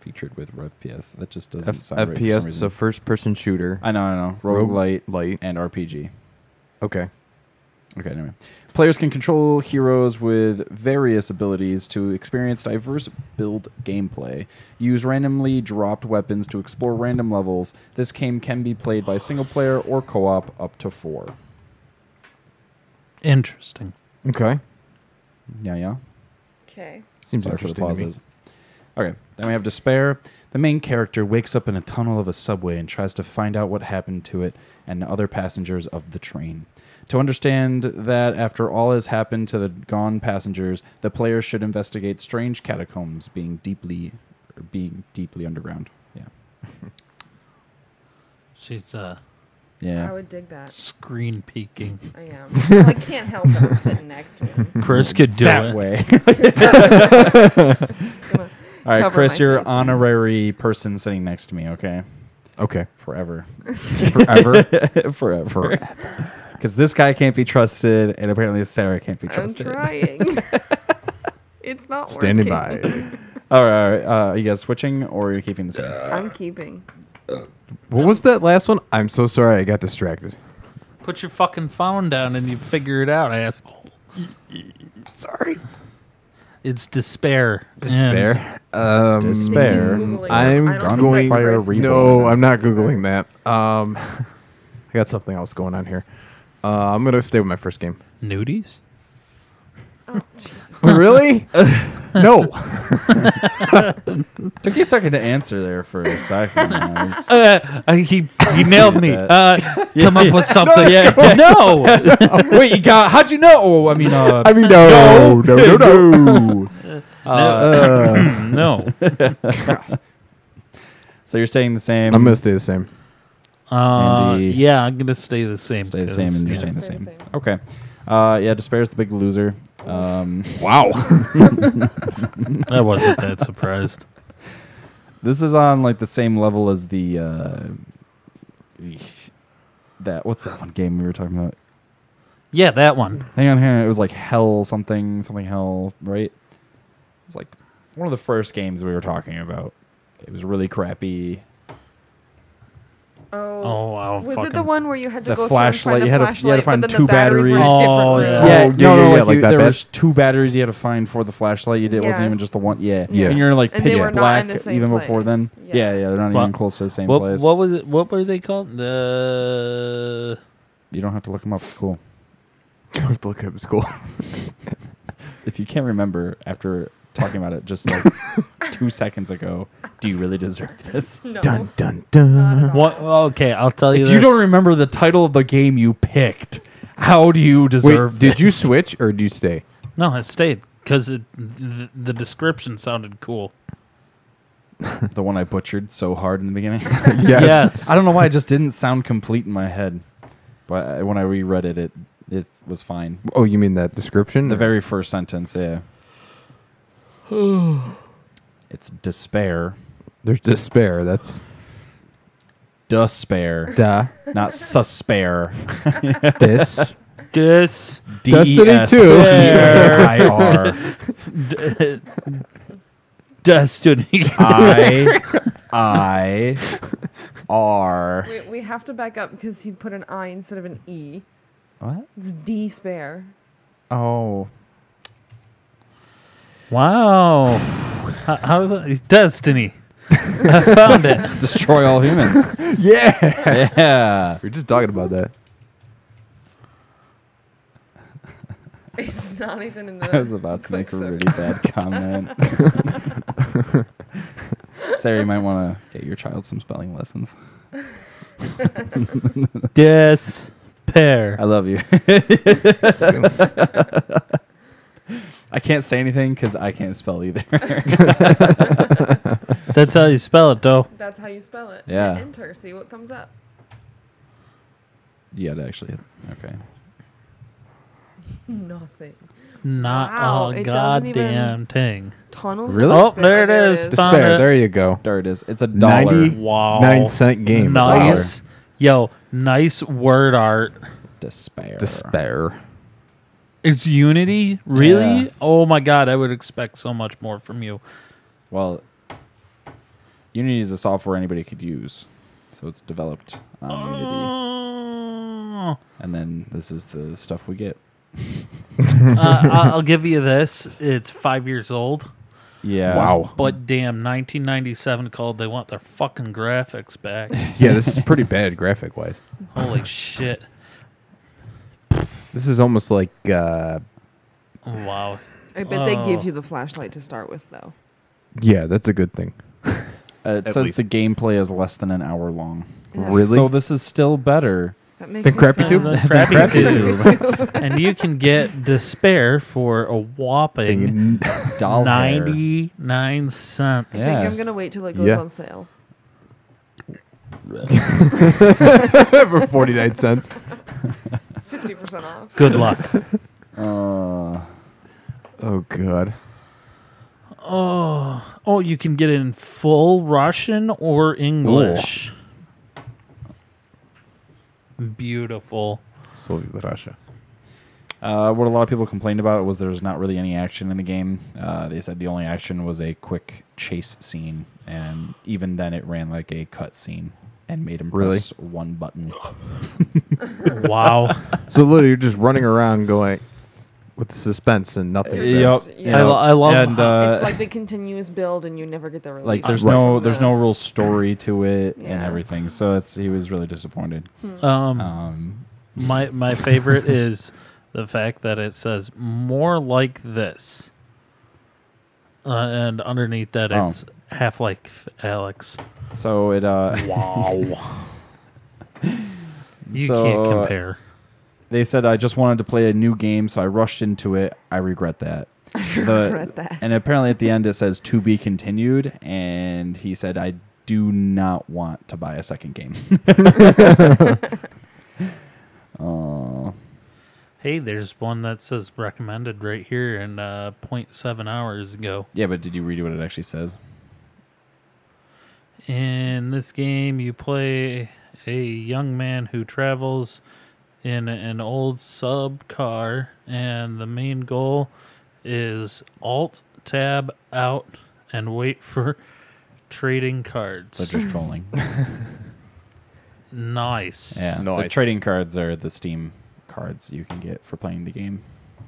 [SPEAKER 4] Featured with FPS. That just doesn't
[SPEAKER 3] F-
[SPEAKER 4] sound right for some
[SPEAKER 3] FPS, so
[SPEAKER 4] reason.
[SPEAKER 3] first person shooter.
[SPEAKER 4] I know, I know. Roguelite
[SPEAKER 3] light.
[SPEAKER 4] and RPG.
[SPEAKER 3] Okay.
[SPEAKER 4] Okay, anyway. Players can control heroes with various abilities to experience diverse build gameplay. Use randomly dropped weapons to explore random levels. This game can be played by single player or co op up to four.
[SPEAKER 2] Interesting.
[SPEAKER 3] Okay.
[SPEAKER 4] Yeah, yeah.
[SPEAKER 5] Okay.
[SPEAKER 3] Seems
[SPEAKER 4] Sorry for the
[SPEAKER 3] interesting to me.
[SPEAKER 4] pauses. Okay, then we have Despair. The main character wakes up in a tunnel of a subway and tries to find out what happened to it and other passengers of the train. To understand that after all has happened to the gone passengers, the player should investigate strange catacombs being deeply or being deeply underground. Yeah.
[SPEAKER 2] She's uh,
[SPEAKER 5] I
[SPEAKER 4] Yeah.
[SPEAKER 5] would dig that.
[SPEAKER 2] screen peeking.
[SPEAKER 5] I am. Well, I can't help it. I'm sitting next to him.
[SPEAKER 2] Chris could do
[SPEAKER 4] that
[SPEAKER 2] it.
[SPEAKER 4] way.
[SPEAKER 5] Just gonna-
[SPEAKER 4] All right,
[SPEAKER 5] Cover my
[SPEAKER 4] Chris, you're
[SPEAKER 5] face.
[SPEAKER 4] honorary person sitting next to me, okay?
[SPEAKER 3] Okay.
[SPEAKER 4] Forever.
[SPEAKER 3] Forever.
[SPEAKER 4] Forever. Forever. Because this guy can't be trusted, and apparently Sarah can't be
[SPEAKER 5] I'm
[SPEAKER 4] trusted.
[SPEAKER 5] trying. it's not
[SPEAKER 3] Standing
[SPEAKER 5] working.
[SPEAKER 3] by.
[SPEAKER 4] All right, all right. Uh, are you guys switching or are you keeping the same?
[SPEAKER 5] I'm keeping.
[SPEAKER 3] What was that last one? I'm so sorry I got distracted.
[SPEAKER 2] Put your fucking phone down and you figure it out, asshole.
[SPEAKER 3] Sorry.
[SPEAKER 2] It's despair. And
[SPEAKER 3] Despair. Um,
[SPEAKER 4] Despair.
[SPEAKER 5] He's Googling it.
[SPEAKER 3] I'm
[SPEAKER 5] I don't
[SPEAKER 3] going
[SPEAKER 5] think that's
[SPEAKER 4] fire
[SPEAKER 5] Chris.
[SPEAKER 4] re-
[SPEAKER 3] No, I'm not googling that. Um, I got something else going on here. Uh, I'm gonna stay with my first game.
[SPEAKER 2] nudies?
[SPEAKER 5] Oh, Jesus.
[SPEAKER 3] really? no.
[SPEAKER 4] Took you a second to answer there for a second. That was-
[SPEAKER 2] Uh, uh, he he nailed me.
[SPEAKER 4] that.
[SPEAKER 2] Uh, come up with something. No,
[SPEAKER 4] Wait, you got? How'd you know? Oh, I mean, uh,
[SPEAKER 3] I mean, no, no, no, no.
[SPEAKER 4] uh,
[SPEAKER 3] Uh,
[SPEAKER 2] no.
[SPEAKER 4] so you're staying the same.
[SPEAKER 3] I'm gonna stay the same.
[SPEAKER 2] Uh,
[SPEAKER 4] Andy.
[SPEAKER 2] yeah, I'm gonna stay the same.
[SPEAKER 4] Stay the
[SPEAKER 2] 'cause,
[SPEAKER 4] same and you're
[SPEAKER 2] yeah.
[SPEAKER 4] staying the
[SPEAKER 5] Stay
[SPEAKER 4] same.
[SPEAKER 5] the
[SPEAKER 4] Okay. Uh, yeah, despair's the big loser. Um,
[SPEAKER 3] Wow.
[SPEAKER 2] I wasn't that surprised.
[SPEAKER 4] this is on like the same level as the uh, eesh, that what's that one game we were talking about?
[SPEAKER 2] Yeah, that one.
[SPEAKER 4] Hang on, hang on. It was like Hell something, something Hell, right? It was like one of the first games we were talking about. It was really crappy.
[SPEAKER 5] Oh.
[SPEAKER 2] Oh, I'll
[SPEAKER 5] Was
[SPEAKER 2] fucking.
[SPEAKER 5] it the one where you had to
[SPEAKER 4] The
[SPEAKER 5] go through and find
[SPEAKER 4] flashlight-
[SPEAKER 5] the
[SPEAKER 4] you had to- you had to
[SPEAKER 5] flashlight,
[SPEAKER 4] find
[SPEAKER 5] but then
[SPEAKER 4] two
[SPEAKER 5] the batteries were in
[SPEAKER 2] batteries.
[SPEAKER 5] different
[SPEAKER 2] Oh,
[SPEAKER 5] rooms?
[SPEAKER 2] yeah.
[SPEAKER 4] yeah,
[SPEAKER 3] Oh, yeah,
[SPEAKER 4] no, no,
[SPEAKER 3] yeah,
[SPEAKER 4] like,
[SPEAKER 3] yeah, like
[SPEAKER 4] you-
[SPEAKER 3] that
[SPEAKER 4] there
[SPEAKER 3] bad-
[SPEAKER 4] was two batteries you had to find for the flashlight. You did, It wasn't even
[SPEAKER 5] Yes.
[SPEAKER 4] just the one. Yeah,
[SPEAKER 3] Yeah.
[SPEAKER 4] And you're like
[SPEAKER 5] And they
[SPEAKER 4] pitch
[SPEAKER 5] were not
[SPEAKER 4] black
[SPEAKER 5] in the same
[SPEAKER 4] even before then.
[SPEAKER 5] place.
[SPEAKER 4] Yeah, yeah,
[SPEAKER 5] Yeah.
[SPEAKER 4] they're not
[SPEAKER 2] Well,
[SPEAKER 4] even close to the same
[SPEAKER 2] What,
[SPEAKER 4] place.
[SPEAKER 2] what was it? What were they called? The
[SPEAKER 4] you don't have to look them up. It's cool.
[SPEAKER 3] I have to look up school.
[SPEAKER 4] If you can't remember after talking about it just like two seconds ago, do you really deserve this?
[SPEAKER 5] No.
[SPEAKER 3] Dun dun dun.
[SPEAKER 2] what? oh, Okay, I'll tell you.
[SPEAKER 4] If
[SPEAKER 2] this.
[SPEAKER 4] you don't remember the title of the game you picked, how do you deserve?
[SPEAKER 3] Wait, did you
[SPEAKER 4] this?
[SPEAKER 3] switch or do you stay?
[SPEAKER 2] No, I stayed because the, the description sounded cool.
[SPEAKER 4] the one I butchered so hard in the beginning?
[SPEAKER 3] Yes.
[SPEAKER 2] Yes.
[SPEAKER 4] I don't know why it just didn't sound complete in my head, but I- when I reread it, it it was fine.
[SPEAKER 3] Oh, you mean that description?
[SPEAKER 4] The very first sentence, yeah. it's despair,
[SPEAKER 3] There's despair. That's
[SPEAKER 4] despair,
[SPEAKER 3] da
[SPEAKER 4] not suspare.
[SPEAKER 3] this.
[SPEAKER 2] This
[SPEAKER 3] Destiny
[SPEAKER 4] D-E-S-P-A-I-R.
[SPEAKER 2] d- Destiny.
[SPEAKER 4] I I R.
[SPEAKER 5] We, we have to back up because he put an I instead of an E.
[SPEAKER 4] What?
[SPEAKER 5] It's despair.
[SPEAKER 4] Oh,
[SPEAKER 2] Wow. how, how is that? Destiny. I found it.
[SPEAKER 4] destroy all humans.
[SPEAKER 3] yeah.
[SPEAKER 4] yeah.
[SPEAKER 3] We are just talking about that.
[SPEAKER 5] It's not even in the.
[SPEAKER 4] I was about to make a really bad comment. Sarah, you might want to get your child some spelling lessons.
[SPEAKER 2] Despair.
[SPEAKER 4] I love you. I can't say anything because I can't spell either.
[SPEAKER 2] That's how you spell it, though.
[SPEAKER 5] That's how you spell it. Hit
[SPEAKER 4] Yeah.
[SPEAKER 5] enter. See what comes up.
[SPEAKER 4] yeah, actually. Okay.
[SPEAKER 5] Nothing.
[SPEAKER 2] Not a
[SPEAKER 5] Wow, it doesn't even-
[SPEAKER 2] goddamn thing.
[SPEAKER 5] Tunnels. of
[SPEAKER 3] Really?
[SPEAKER 2] Oh,
[SPEAKER 5] despair.
[SPEAKER 2] there it is. Found
[SPEAKER 3] Despair.
[SPEAKER 2] it.
[SPEAKER 3] There you go.
[SPEAKER 4] There it is. It's a dollar.
[SPEAKER 3] Ninety-
[SPEAKER 2] Wow.
[SPEAKER 3] Nine cent game.
[SPEAKER 2] Nice. Yo, nice word art.
[SPEAKER 4] Despair.
[SPEAKER 3] Despair.
[SPEAKER 2] It's Unity? Really?
[SPEAKER 4] Yeah.
[SPEAKER 2] Oh my god, I would expect so much more from you.
[SPEAKER 4] Well, Unity is a software anybody could use. So it's developed on
[SPEAKER 5] Hmm.
[SPEAKER 4] Unity.
[SPEAKER 2] Oh.
[SPEAKER 4] And then this is the stuff we get.
[SPEAKER 2] uh, I- I'll give you this. It's five years old.
[SPEAKER 4] Yeah.
[SPEAKER 2] But damn, 1997 called. They want their fucking graphics back.
[SPEAKER 3] Yeah, this is pretty bad graphic wise.
[SPEAKER 2] Holy shit.
[SPEAKER 3] This is almost like uh
[SPEAKER 2] Wow.
[SPEAKER 5] I bet they
[SPEAKER 2] Oh.
[SPEAKER 5] give you the flashlight to start with, though.
[SPEAKER 3] yeah, that's a good thing.
[SPEAKER 4] Uh, it
[SPEAKER 3] At
[SPEAKER 4] says
[SPEAKER 3] least.
[SPEAKER 4] the gameplay is less than an hour long.
[SPEAKER 3] Really?
[SPEAKER 4] So this is still better.
[SPEAKER 5] That makes
[SPEAKER 3] Then
[SPEAKER 5] me
[SPEAKER 3] Crappy
[SPEAKER 5] sad.
[SPEAKER 3] Tube?
[SPEAKER 2] The Crappy
[SPEAKER 4] Crappy
[SPEAKER 2] Tube. and you can get Despair for a whopping
[SPEAKER 4] Dollar.
[SPEAKER 2] 99
[SPEAKER 5] I
[SPEAKER 2] cents.
[SPEAKER 5] think
[SPEAKER 4] Yeah.
[SPEAKER 5] I'm gonna wait till it goes
[SPEAKER 3] Yeah.
[SPEAKER 5] on sale.
[SPEAKER 3] for 49 cents.
[SPEAKER 5] Fifty percent off.
[SPEAKER 2] Good luck.
[SPEAKER 4] Uh,
[SPEAKER 3] Oh, God.
[SPEAKER 2] Oh, oh, you can get it in full Russian or English. Beautiful.
[SPEAKER 3] Soviet Russia.
[SPEAKER 4] uh, what a lot of people complained about was there was not really any action in the game. Uh, they said the only action was a quick chase scene, and even then it ran like a cut scene and made him
[SPEAKER 3] Really?
[SPEAKER 4] press one button.
[SPEAKER 2] Wow.
[SPEAKER 3] So literally, you're just running around going with the suspense and nothing.
[SPEAKER 5] You're
[SPEAKER 3] says.
[SPEAKER 4] Yep.
[SPEAKER 5] just-
[SPEAKER 4] Yeah.
[SPEAKER 2] I, lo- I love
[SPEAKER 4] And,
[SPEAKER 2] how-
[SPEAKER 4] uh,
[SPEAKER 5] it's like the continuous build, and you never get the relief.
[SPEAKER 4] like there's
[SPEAKER 3] Right.
[SPEAKER 4] no there's no real story to it and
[SPEAKER 5] Yeah.
[SPEAKER 4] everything. So it's he was really disappointed.
[SPEAKER 5] Hmm.
[SPEAKER 2] um,
[SPEAKER 4] Um,
[SPEAKER 2] my my favorite is the fact that it says more like this, uh, and underneath that
[SPEAKER 4] Oh.
[SPEAKER 2] it's half like Alex.
[SPEAKER 4] so it uh,
[SPEAKER 2] Wow. you
[SPEAKER 4] So,
[SPEAKER 2] can't
[SPEAKER 4] uh,
[SPEAKER 2] compare.
[SPEAKER 4] they said I just wanted to play a new game, so I rushed into it. I regret that. The-
[SPEAKER 5] regret that.
[SPEAKER 4] And apparently at the end it says to be continued, and he said I do not want to buy a second game. Oh,
[SPEAKER 2] Hey, there's one that says recommended right here and uh, 0.7 hours ago.
[SPEAKER 4] yeah, but did you read what it actually says?
[SPEAKER 2] In this game, you play a young man who travels in an old sub car, and the main goal is Alt Tab out and wait for trading
[SPEAKER 4] They're
[SPEAKER 2] cards.
[SPEAKER 4] just trolling.
[SPEAKER 2] Nice.
[SPEAKER 4] yeah, the
[SPEAKER 3] Nice.
[SPEAKER 4] trading cards are the Steam cards you can get for playing the game.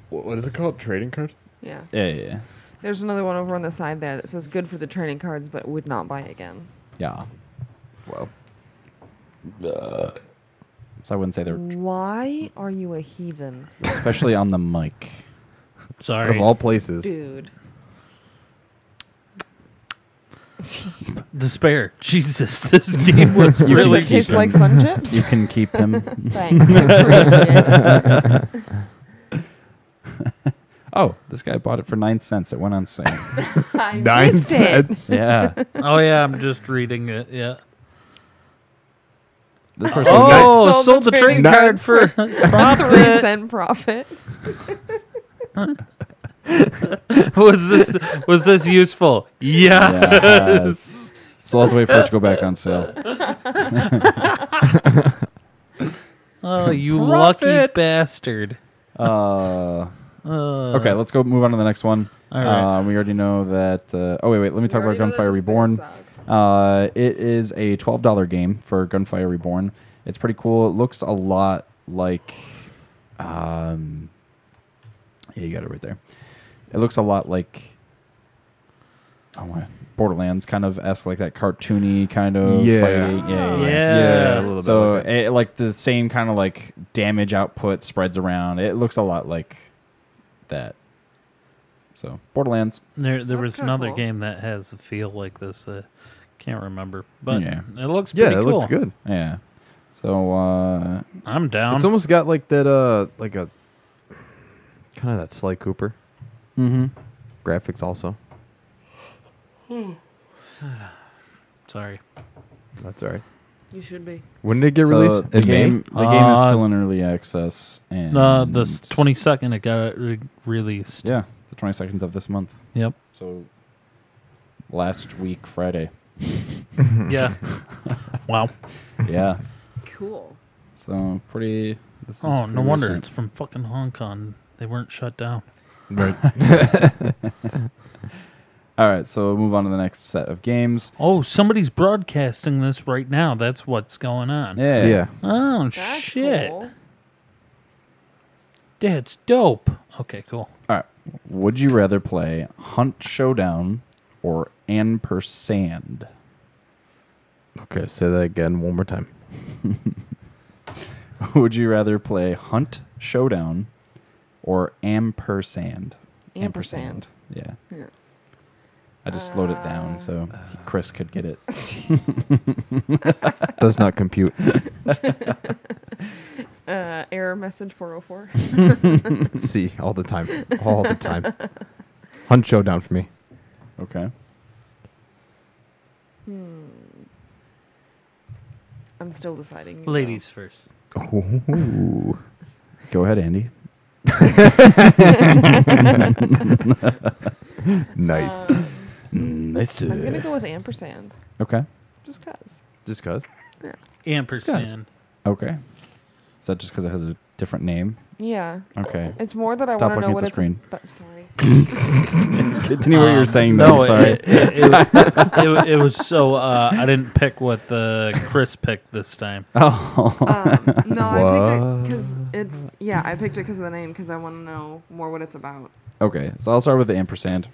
[SPEAKER 3] What is it called? Trading card?
[SPEAKER 5] yeah.
[SPEAKER 4] Yeah, yeah, yeah.
[SPEAKER 5] There's another one over on the side there that says good for the training cards, but would not buy again.
[SPEAKER 4] yeah.
[SPEAKER 3] Wow.
[SPEAKER 4] So I wouldn't say they're tr-
[SPEAKER 5] Why are you a heathen,
[SPEAKER 4] especially on the mic.
[SPEAKER 2] Sorry.
[SPEAKER 3] Of all places.
[SPEAKER 5] dude?
[SPEAKER 2] Despair. Jesus, this game was
[SPEAKER 4] You
[SPEAKER 5] Does
[SPEAKER 2] really.
[SPEAKER 5] it taste
[SPEAKER 4] heathen.
[SPEAKER 5] like sun
[SPEAKER 4] You
[SPEAKER 5] chips?
[SPEAKER 4] can keep them
[SPEAKER 5] Thanks, I appreciate it.
[SPEAKER 4] Oh, this guy bought it for nine cents. It went on sale.
[SPEAKER 5] I missed it.
[SPEAKER 4] yeah.
[SPEAKER 2] Oh, yeah, I'm just reading it. Yeah.
[SPEAKER 4] This person
[SPEAKER 2] Oh,
[SPEAKER 5] sold
[SPEAKER 2] sold
[SPEAKER 5] the
[SPEAKER 2] the trading
[SPEAKER 5] trading
[SPEAKER 2] card for
[SPEAKER 5] Three
[SPEAKER 2] profit.
[SPEAKER 5] cent profit.
[SPEAKER 2] Was this was this useful? Yeah.
[SPEAKER 4] Yes. so let's wait for it to go back on sale.
[SPEAKER 2] Oh, you lucky
[SPEAKER 4] Profit.
[SPEAKER 2] bastard.
[SPEAKER 4] Uh,
[SPEAKER 2] Uh,
[SPEAKER 4] okay, let's go move on to the next one.
[SPEAKER 2] All right.
[SPEAKER 4] Uh, we already know that. Uh, oh, wait, wait. Let me talk about Gunfire Reborn. Uh, it is a $12 game for Gunfire Reborn. It's pretty cool. It looks a lot like. Um, yeah, you got it right there. It looks a lot like. Oh, my. Borderlands kind of esque, like that cartoony kind of.
[SPEAKER 3] Yeah.
[SPEAKER 4] fighting- yeah, yeah.
[SPEAKER 2] Yeah.
[SPEAKER 3] Yeah, a little bit.
[SPEAKER 4] So
[SPEAKER 3] Like that.
[SPEAKER 4] it, like the same kind of like damage output spreads around. It looks a lot like that. So Borderlands.
[SPEAKER 2] there there
[SPEAKER 5] That's
[SPEAKER 2] was
[SPEAKER 5] kinda
[SPEAKER 2] another
[SPEAKER 5] cool.
[SPEAKER 2] game that has a feel like this. Uh, can't remember, but
[SPEAKER 4] Yeah.
[SPEAKER 2] it looks
[SPEAKER 3] Yeah,
[SPEAKER 2] pretty
[SPEAKER 3] it
[SPEAKER 2] cool.
[SPEAKER 3] looks good.
[SPEAKER 4] Yeah. So uh
[SPEAKER 2] I'm down.
[SPEAKER 3] It's almost got like that, uh, like a kind of that Sly Cooper
[SPEAKER 4] mm-hmm.
[SPEAKER 3] graphics also.
[SPEAKER 2] Sorry.
[SPEAKER 3] That's all right.
[SPEAKER 5] You should be.
[SPEAKER 3] When did it get
[SPEAKER 4] so
[SPEAKER 3] released?
[SPEAKER 4] The
[SPEAKER 3] In May?
[SPEAKER 4] game the game is
[SPEAKER 2] Uh,
[SPEAKER 4] still in early access and
[SPEAKER 2] Uh, the twenty second it got re- released.
[SPEAKER 4] Yeah, the twenty second of this month.
[SPEAKER 2] Yep.
[SPEAKER 4] So last week Friday.
[SPEAKER 2] Yeah. wow.
[SPEAKER 4] yeah.
[SPEAKER 5] Cool.
[SPEAKER 4] So pretty this is
[SPEAKER 2] Oh, no
[SPEAKER 4] pretty
[SPEAKER 2] wonder
[SPEAKER 4] recent.
[SPEAKER 2] it's from fucking Hong Kong. They weren't shut down.
[SPEAKER 3] Right.
[SPEAKER 4] All right, so we'll move on to the next set of games.
[SPEAKER 2] Oh, somebody's broadcasting this right now. That's what's going on.
[SPEAKER 4] Yeah.
[SPEAKER 3] yeah.
[SPEAKER 2] Oh
[SPEAKER 5] That's
[SPEAKER 2] shit.
[SPEAKER 5] cool.
[SPEAKER 2] That's dope. Okay, cool.
[SPEAKER 4] Would you rather play Hunt Showdown or Ampersand?
[SPEAKER 3] Okay, say that again one more time.
[SPEAKER 4] Would you rather play Hunt Showdown or Ampersand?
[SPEAKER 5] Ampersand.
[SPEAKER 4] Yeah.
[SPEAKER 5] Yeah.
[SPEAKER 4] I just slowed it down so
[SPEAKER 5] Uh,
[SPEAKER 4] Chris could get it.
[SPEAKER 3] Does not compute.
[SPEAKER 5] Uh, error message 404.
[SPEAKER 3] See, all the time. All the time. Hunt showdown for me.
[SPEAKER 4] Okay.
[SPEAKER 5] Hmm. I'm still deciding. you know.
[SPEAKER 2] Ladies first.
[SPEAKER 3] Ooh.
[SPEAKER 4] Go ahead, Andy.
[SPEAKER 3] Nice.
[SPEAKER 5] Um,
[SPEAKER 4] Nice.
[SPEAKER 5] I'm going to go with ampersand.
[SPEAKER 4] Okay.
[SPEAKER 5] Just because.
[SPEAKER 3] Just cause.
[SPEAKER 2] Ampersand.
[SPEAKER 4] Okay. Is that just because it has a different name?
[SPEAKER 5] Yeah.
[SPEAKER 4] Okay.
[SPEAKER 5] It's more that
[SPEAKER 4] Stop
[SPEAKER 5] I want to
[SPEAKER 4] looking
[SPEAKER 5] know
[SPEAKER 4] at
[SPEAKER 5] what
[SPEAKER 4] the
[SPEAKER 5] it's.
[SPEAKER 4] screen.
[SPEAKER 5] But sorry.
[SPEAKER 4] Continue what you were
[SPEAKER 2] Um,
[SPEAKER 4] saying. though.
[SPEAKER 2] it-
[SPEAKER 4] sorry.
[SPEAKER 2] It, it, it- it was so uh, I didn't pick what the Chris picked this time.
[SPEAKER 4] oh.
[SPEAKER 5] Um, no, I picked it because it's. Yeah, I picked it because of the name because I want to know more what it's about.
[SPEAKER 4] Okay, so I'll start with the ampersand.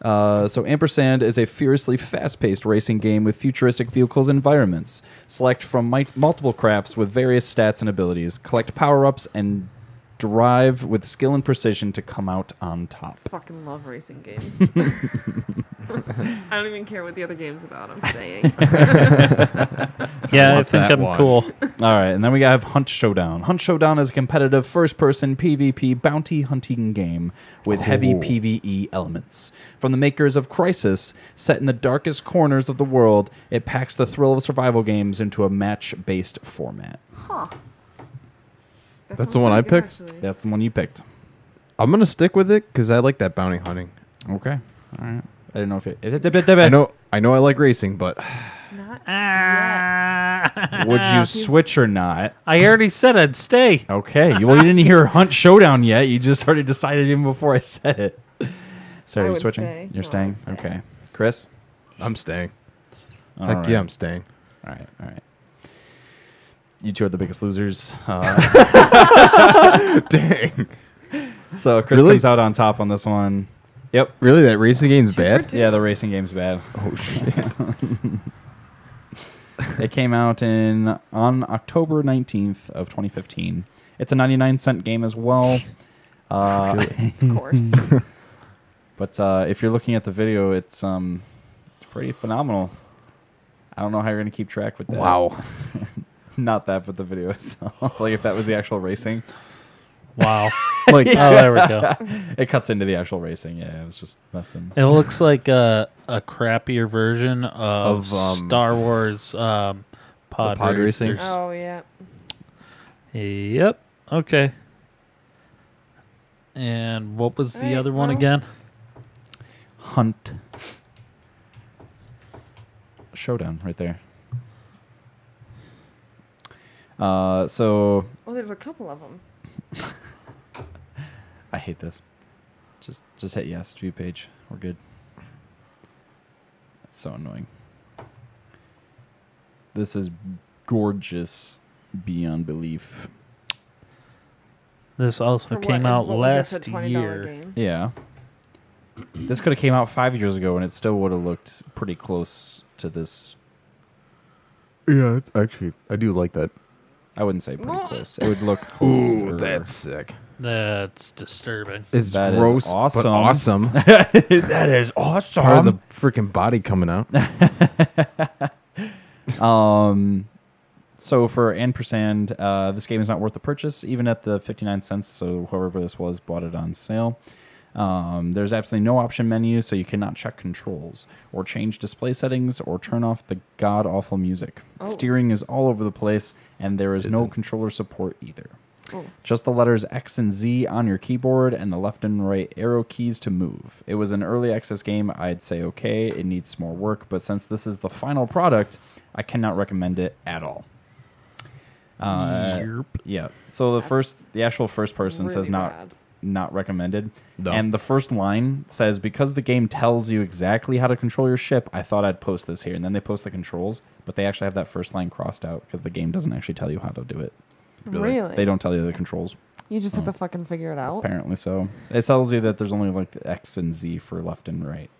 [SPEAKER 4] Uh, so ampersand is a furiously fast-paced racing game with futuristic vehicles and environments. Select from mi- multiple crafts with various stats and abilities. Collect power-ups and drive with skill and precision to come out on top.
[SPEAKER 5] Fucking love racing games. I don't even care what the other game's about. I'm staying.
[SPEAKER 2] Yeah, I
[SPEAKER 3] want
[SPEAKER 2] think
[SPEAKER 3] that
[SPEAKER 2] I'm
[SPEAKER 3] one.
[SPEAKER 2] cool.
[SPEAKER 4] All right, and then we have Hunt Showdown. Hunt Showdown is a competitive first-person PvP bounty hunting game with heavy
[SPEAKER 3] Ooh.
[SPEAKER 4] PvE elements. From the makers of Crisis, set in the darkest corners of the world, it packs the thrill of survival games into a match-based format.
[SPEAKER 5] That
[SPEAKER 3] That's
[SPEAKER 5] sounds
[SPEAKER 3] the one
[SPEAKER 5] pretty
[SPEAKER 3] I
[SPEAKER 5] good,
[SPEAKER 3] picked?
[SPEAKER 5] actually.
[SPEAKER 4] That's the one you picked.
[SPEAKER 3] I'm gonna stick with it because I like that bounty hunting.
[SPEAKER 4] Okay. All right. I didn't know if it.
[SPEAKER 3] I know I know I like racing, but
[SPEAKER 5] Not
[SPEAKER 4] Would you switch or not?
[SPEAKER 2] I already said I'd stay.
[SPEAKER 4] Okay. Well, you didn't hear Hunt Showdown yet. You just already decided even before I said it. So
[SPEAKER 5] I
[SPEAKER 4] are you
[SPEAKER 5] would
[SPEAKER 4] switching?
[SPEAKER 5] stay.
[SPEAKER 4] You're
[SPEAKER 5] No, I
[SPEAKER 4] staying.
[SPEAKER 5] would stay.
[SPEAKER 4] Okay. Chris.
[SPEAKER 3] I'm staying.
[SPEAKER 4] All
[SPEAKER 3] Heck
[SPEAKER 4] right.
[SPEAKER 3] yeah, I'm staying.
[SPEAKER 4] All right, all right. You two are the biggest losers. Uh,
[SPEAKER 3] Dang.
[SPEAKER 4] so Chris
[SPEAKER 3] Really?
[SPEAKER 4] comes out on top on this one. Yep.
[SPEAKER 3] Really, that racing game's bad?
[SPEAKER 4] Yeah, the racing game's bad.
[SPEAKER 3] Oh shit.
[SPEAKER 4] it came out in on October 19th of 2015. It's a 99 cent game as well. Uh,
[SPEAKER 5] of course.
[SPEAKER 4] but uh, if you're looking at the video, it's um it's pretty phenomenal. I don't know how you're going to keep track with that. Not that, but the video itself. like if that was the actual racing.
[SPEAKER 2] Wow.
[SPEAKER 3] Like
[SPEAKER 2] Oh, there we go.
[SPEAKER 4] It cuts into the actual racing. Yeah, it was just messing.
[SPEAKER 2] It looks like a, a crappier version of,
[SPEAKER 3] Of, um,
[SPEAKER 2] Star Wars um, pod,
[SPEAKER 3] pod racing?
[SPEAKER 2] racers.
[SPEAKER 5] oh yeah.
[SPEAKER 2] Yep. Okay. And what was the
[SPEAKER 5] Alright,
[SPEAKER 2] other one
[SPEAKER 5] well.
[SPEAKER 2] again?
[SPEAKER 4] Hunt. Showdown right there. Uh, so
[SPEAKER 5] Well, there's a couple of them.
[SPEAKER 4] I hate this. Just just hit yes, view page. We're good. That's so annoying. This is gorgeous beyond belief.
[SPEAKER 2] This also came out last year.
[SPEAKER 5] Game?
[SPEAKER 4] Yeah. This could have came out five years ago and it still would have looked pretty close to this.
[SPEAKER 3] Yeah, it's actually I do like that.
[SPEAKER 4] I wouldn't say pretty close. It would look close.
[SPEAKER 3] sick.
[SPEAKER 2] That's disturbing.
[SPEAKER 3] It's
[SPEAKER 4] That is
[SPEAKER 3] gross,
[SPEAKER 4] awesome.
[SPEAKER 3] but awesome.
[SPEAKER 4] that is awesome.
[SPEAKER 3] Part of the freaking body coming out.
[SPEAKER 4] Um, so for ampersand, uh, this game is not worth the purchase, even at the 59 cents. So whoever this was bought it on sale. Um, there's absolutely no option menu, so you cannot check controls or change display settings or turn off the god awful music.
[SPEAKER 5] Oh.
[SPEAKER 4] Steering is all over the place, and there is no
[SPEAKER 3] Isn't-
[SPEAKER 4] controller support either.
[SPEAKER 5] Oh.
[SPEAKER 4] Just the letters X and Z on your keyboard and the left and right arrow keys to move. It was an early access game. I'd say okay, it needs more work, but since this is the final product, I cannot recommend it at all. Uh, yeah. So the
[SPEAKER 5] That's
[SPEAKER 4] first, the actual first person says
[SPEAKER 5] Really
[SPEAKER 4] not
[SPEAKER 5] bad.
[SPEAKER 4] not recommended.
[SPEAKER 3] No.
[SPEAKER 4] And the first line says, because the game tells you exactly how to control your ship, I thought I'd post this here. And then they post the controls, but they actually have that first line crossed out because the game doesn't actually tell you how to do it.
[SPEAKER 5] Really?
[SPEAKER 4] They don't tell you the controls,
[SPEAKER 5] You just have to fucking figure it out.
[SPEAKER 4] apparently. So it tells you that there's only like X and Z for left and right.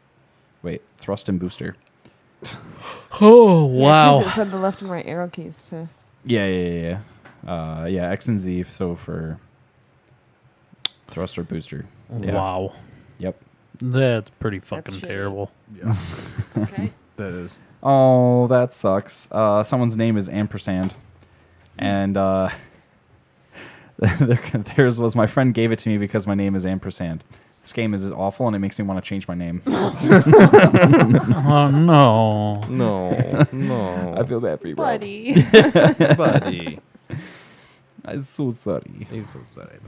[SPEAKER 4] Wait, thrust and booster.
[SPEAKER 2] Oh
[SPEAKER 5] Yeah, 'cause
[SPEAKER 2] wow.
[SPEAKER 5] It said the left and right arrow keys to.
[SPEAKER 4] Yeah, yeah, yeah, yeah. Uh, yeah, X and Z. So for thrust or booster. Yeah.
[SPEAKER 2] Wow.
[SPEAKER 4] Yep.
[SPEAKER 2] That's pretty fucking
[SPEAKER 5] shitty.
[SPEAKER 2] terrible.
[SPEAKER 6] Yeah,
[SPEAKER 5] Okay.
[SPEAKER 6] that is.
[SPEAKER 4] Oh, that sucks. Uh, someone's name is ampersand, and uh, their- theirs was my friend gave it to me because my name is ampersand. This game is awful, and it makes me want to change my name.
[SPEAKER 2] oh no.
[SPEAKER 3] No, no.
[SPEAKER 4] I feel bad for you, bro.
[SPEAKER 5] Buddy.
[SPEAKER 6] Buddy.
[SPEAKER 4] I'm so sorry.
[SPEAKER 6] He's so sorry.
[SPEAKER 2] Not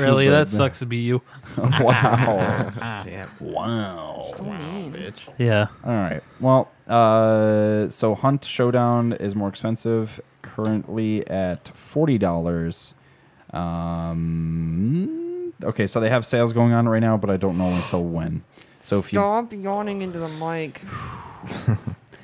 [SPEAKER 2] really.
[SPEAKER 4] bad, man.
[SPEAKER 2] That sucks to be you.
[SPEAKER 4] wow.
[SPEAKER 6] about that. Damn.
[SPEAKER 4] Wow.
[SPEAKER 5] so mean.
[SPEAKER 6] Bitch.
[SPEAKER 2] Yeah.
[SPEAKER 4] All right. Well, uh, so Hunt Showdown is more expensive, currently at forty dollars. Um, okay, so they have sales going on right now, but I don't know until when. So if you
[SPEAKER 5] Stop yawning into the mic.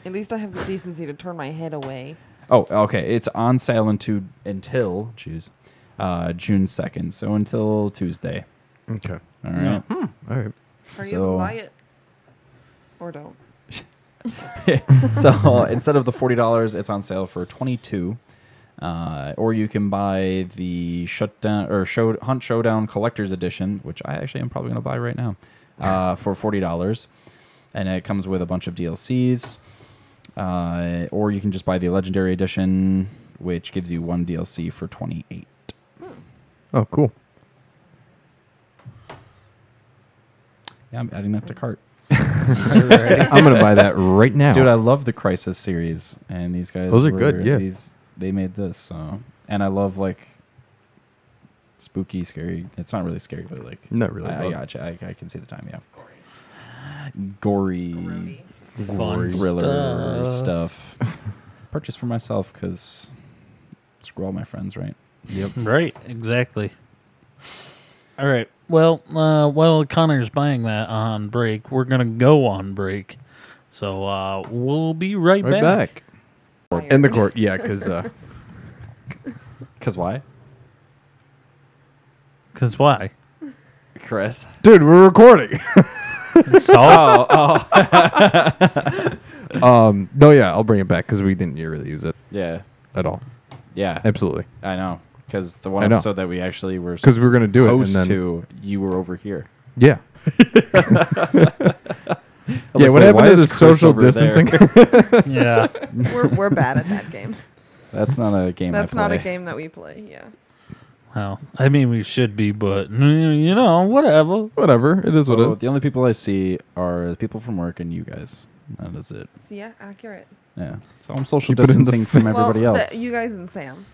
[SPEAKER 5] At least I have the decency to turn my head away.
[SPEAKER 4] oh, okay, it's on sale until until jeez, uh, June second. So until Tuesday.
[SPEAKER 3] Okay.
[SPEAKER 4] All right.
[SPEAKER 3] All right.
[SPEAKER 5] Hurry
[SPEAKER 4] So-
[SPEAKER 5] up, buy it. Or don't.
[SPEAKER 4] so instead of the forty dollars, it's on sale for twenty two. Uh, or you can buy the shutdown or show, Hunt Showdown Collector's Edition, which I actually am probably going to buy right now, uh, for forty dollars, and it comes with a bunch of DLCs. Uh, or you can just buy the Legendary Edition, which gives you one DLC for twenty eight.
[SPEAKER 3] Oh, cool.
[SPEAKER 4] Yeah, I'm adding that to cart.
[SPEAKER 3] I'm gonna buy that right now.
[SPEAKER 4] Dude, I love the Crisis series, and these guys.
[SPEAKER 3] Those are
[SPEAKER 4] were-
[SPEAKER 3] good, yeah.
[SPEAKER 4] These they made this, so and I love like spooky, scary. It's not really scary, but like
[SPEAKER 3] Not really,
[SPEAKER 4] I, I
[SPEAKER 3] but-
[SPEAKER 4] gotcha. I, I can see the time. Yeah, gory,
[SPEAKER 5] Grody.
[SPEAKER 2] Fun
[SPEAKER 4] thriller
[SPEAKER 2] stuff.
[SPEAKER 4] stuff. Purchase for myself because screw all my friends, right?
[SPEAKER 3] Yep.
[SPEAKER 2] Right, exactly. All right. Well, uh, while Connor's buying that on break, we're gonna go on break. So uh, we'll be right,
[SPEAKER 3] Right
[SPEAKER 2] back.
[SPEAKER 3] back. In the court, yeah, because uh,
[SPEAKER 4] Because why,
[SPEAKER 2] Cause why?
[SPEAKER 4] Chris?
[SPEAKER 3] dude, we're recording.
[SPEAKER 2] So
[SPEAKER 4] oh, oh,
[SPEAKER 3] um, no, yeah, I'll bring it back because we didn't really use it
[SPEAKER 4] yeah,
[SPEAKER 3] at all.
[SPEAKER 4] yeah.
[SPEAKER 3] Absolutely,
[SPEAKER 4] I know. Because the one
[SPEAKER 3] I know.
[SPEAKER 4] episode that we actually were
[SPEAKER 3] because we were gonna do it, and
[SPEAKER 4] supposed
[SPEAKER 3] then
[SPEAKER 4] to, you were over here.
[SPEAKER 3] yeah,
[SPEAKER 4] I'm
[SPEAKER 3] yeah.
[SPEAKER 4] like,
[SPEAKER 3] what
[SPEAKER 4] wait,
[SPEAKER 3] happened
[SPEAKER 4] why
[SPEAKER 3] to the
[SPEAKER 4] is Chris
[SPEAKER 3] social
[SPEAKER 4] over there?
[SPEAKER 3] distancing?
[SPEAKER 2] yeah,
[SPEAKER 5] We're, we're bad at that game.
[SPEAKER 4] That's not a game.
[SPEAKER 5] That's
[SPEAKER 4] I
[SPEAKER 5] not a
[SPEAKER 4] play.
[SPEAKER 5] game that we play. Yeah.
[SPEAKER 2] well, I mean we should be, but mm, you know, whatever.
[SPEAKER 3] Whatever, it is what it
[SPEAKER 4] So
[SPEAKER 3] is.
[SPEAKER 4] the only people I see are the people from work and you guys. That is it.
[SPEAKER 5] So yeah, accurate.
[SPEAKER 4] Yeah. So I'm social
[SPEAKER 3] Keep it in the
[SPEAKER 4] distancing from everybody
[SPEAKER 5] well,
[SPEAKER 4] else.
[SPEAKER 5] The, you guys and Sam.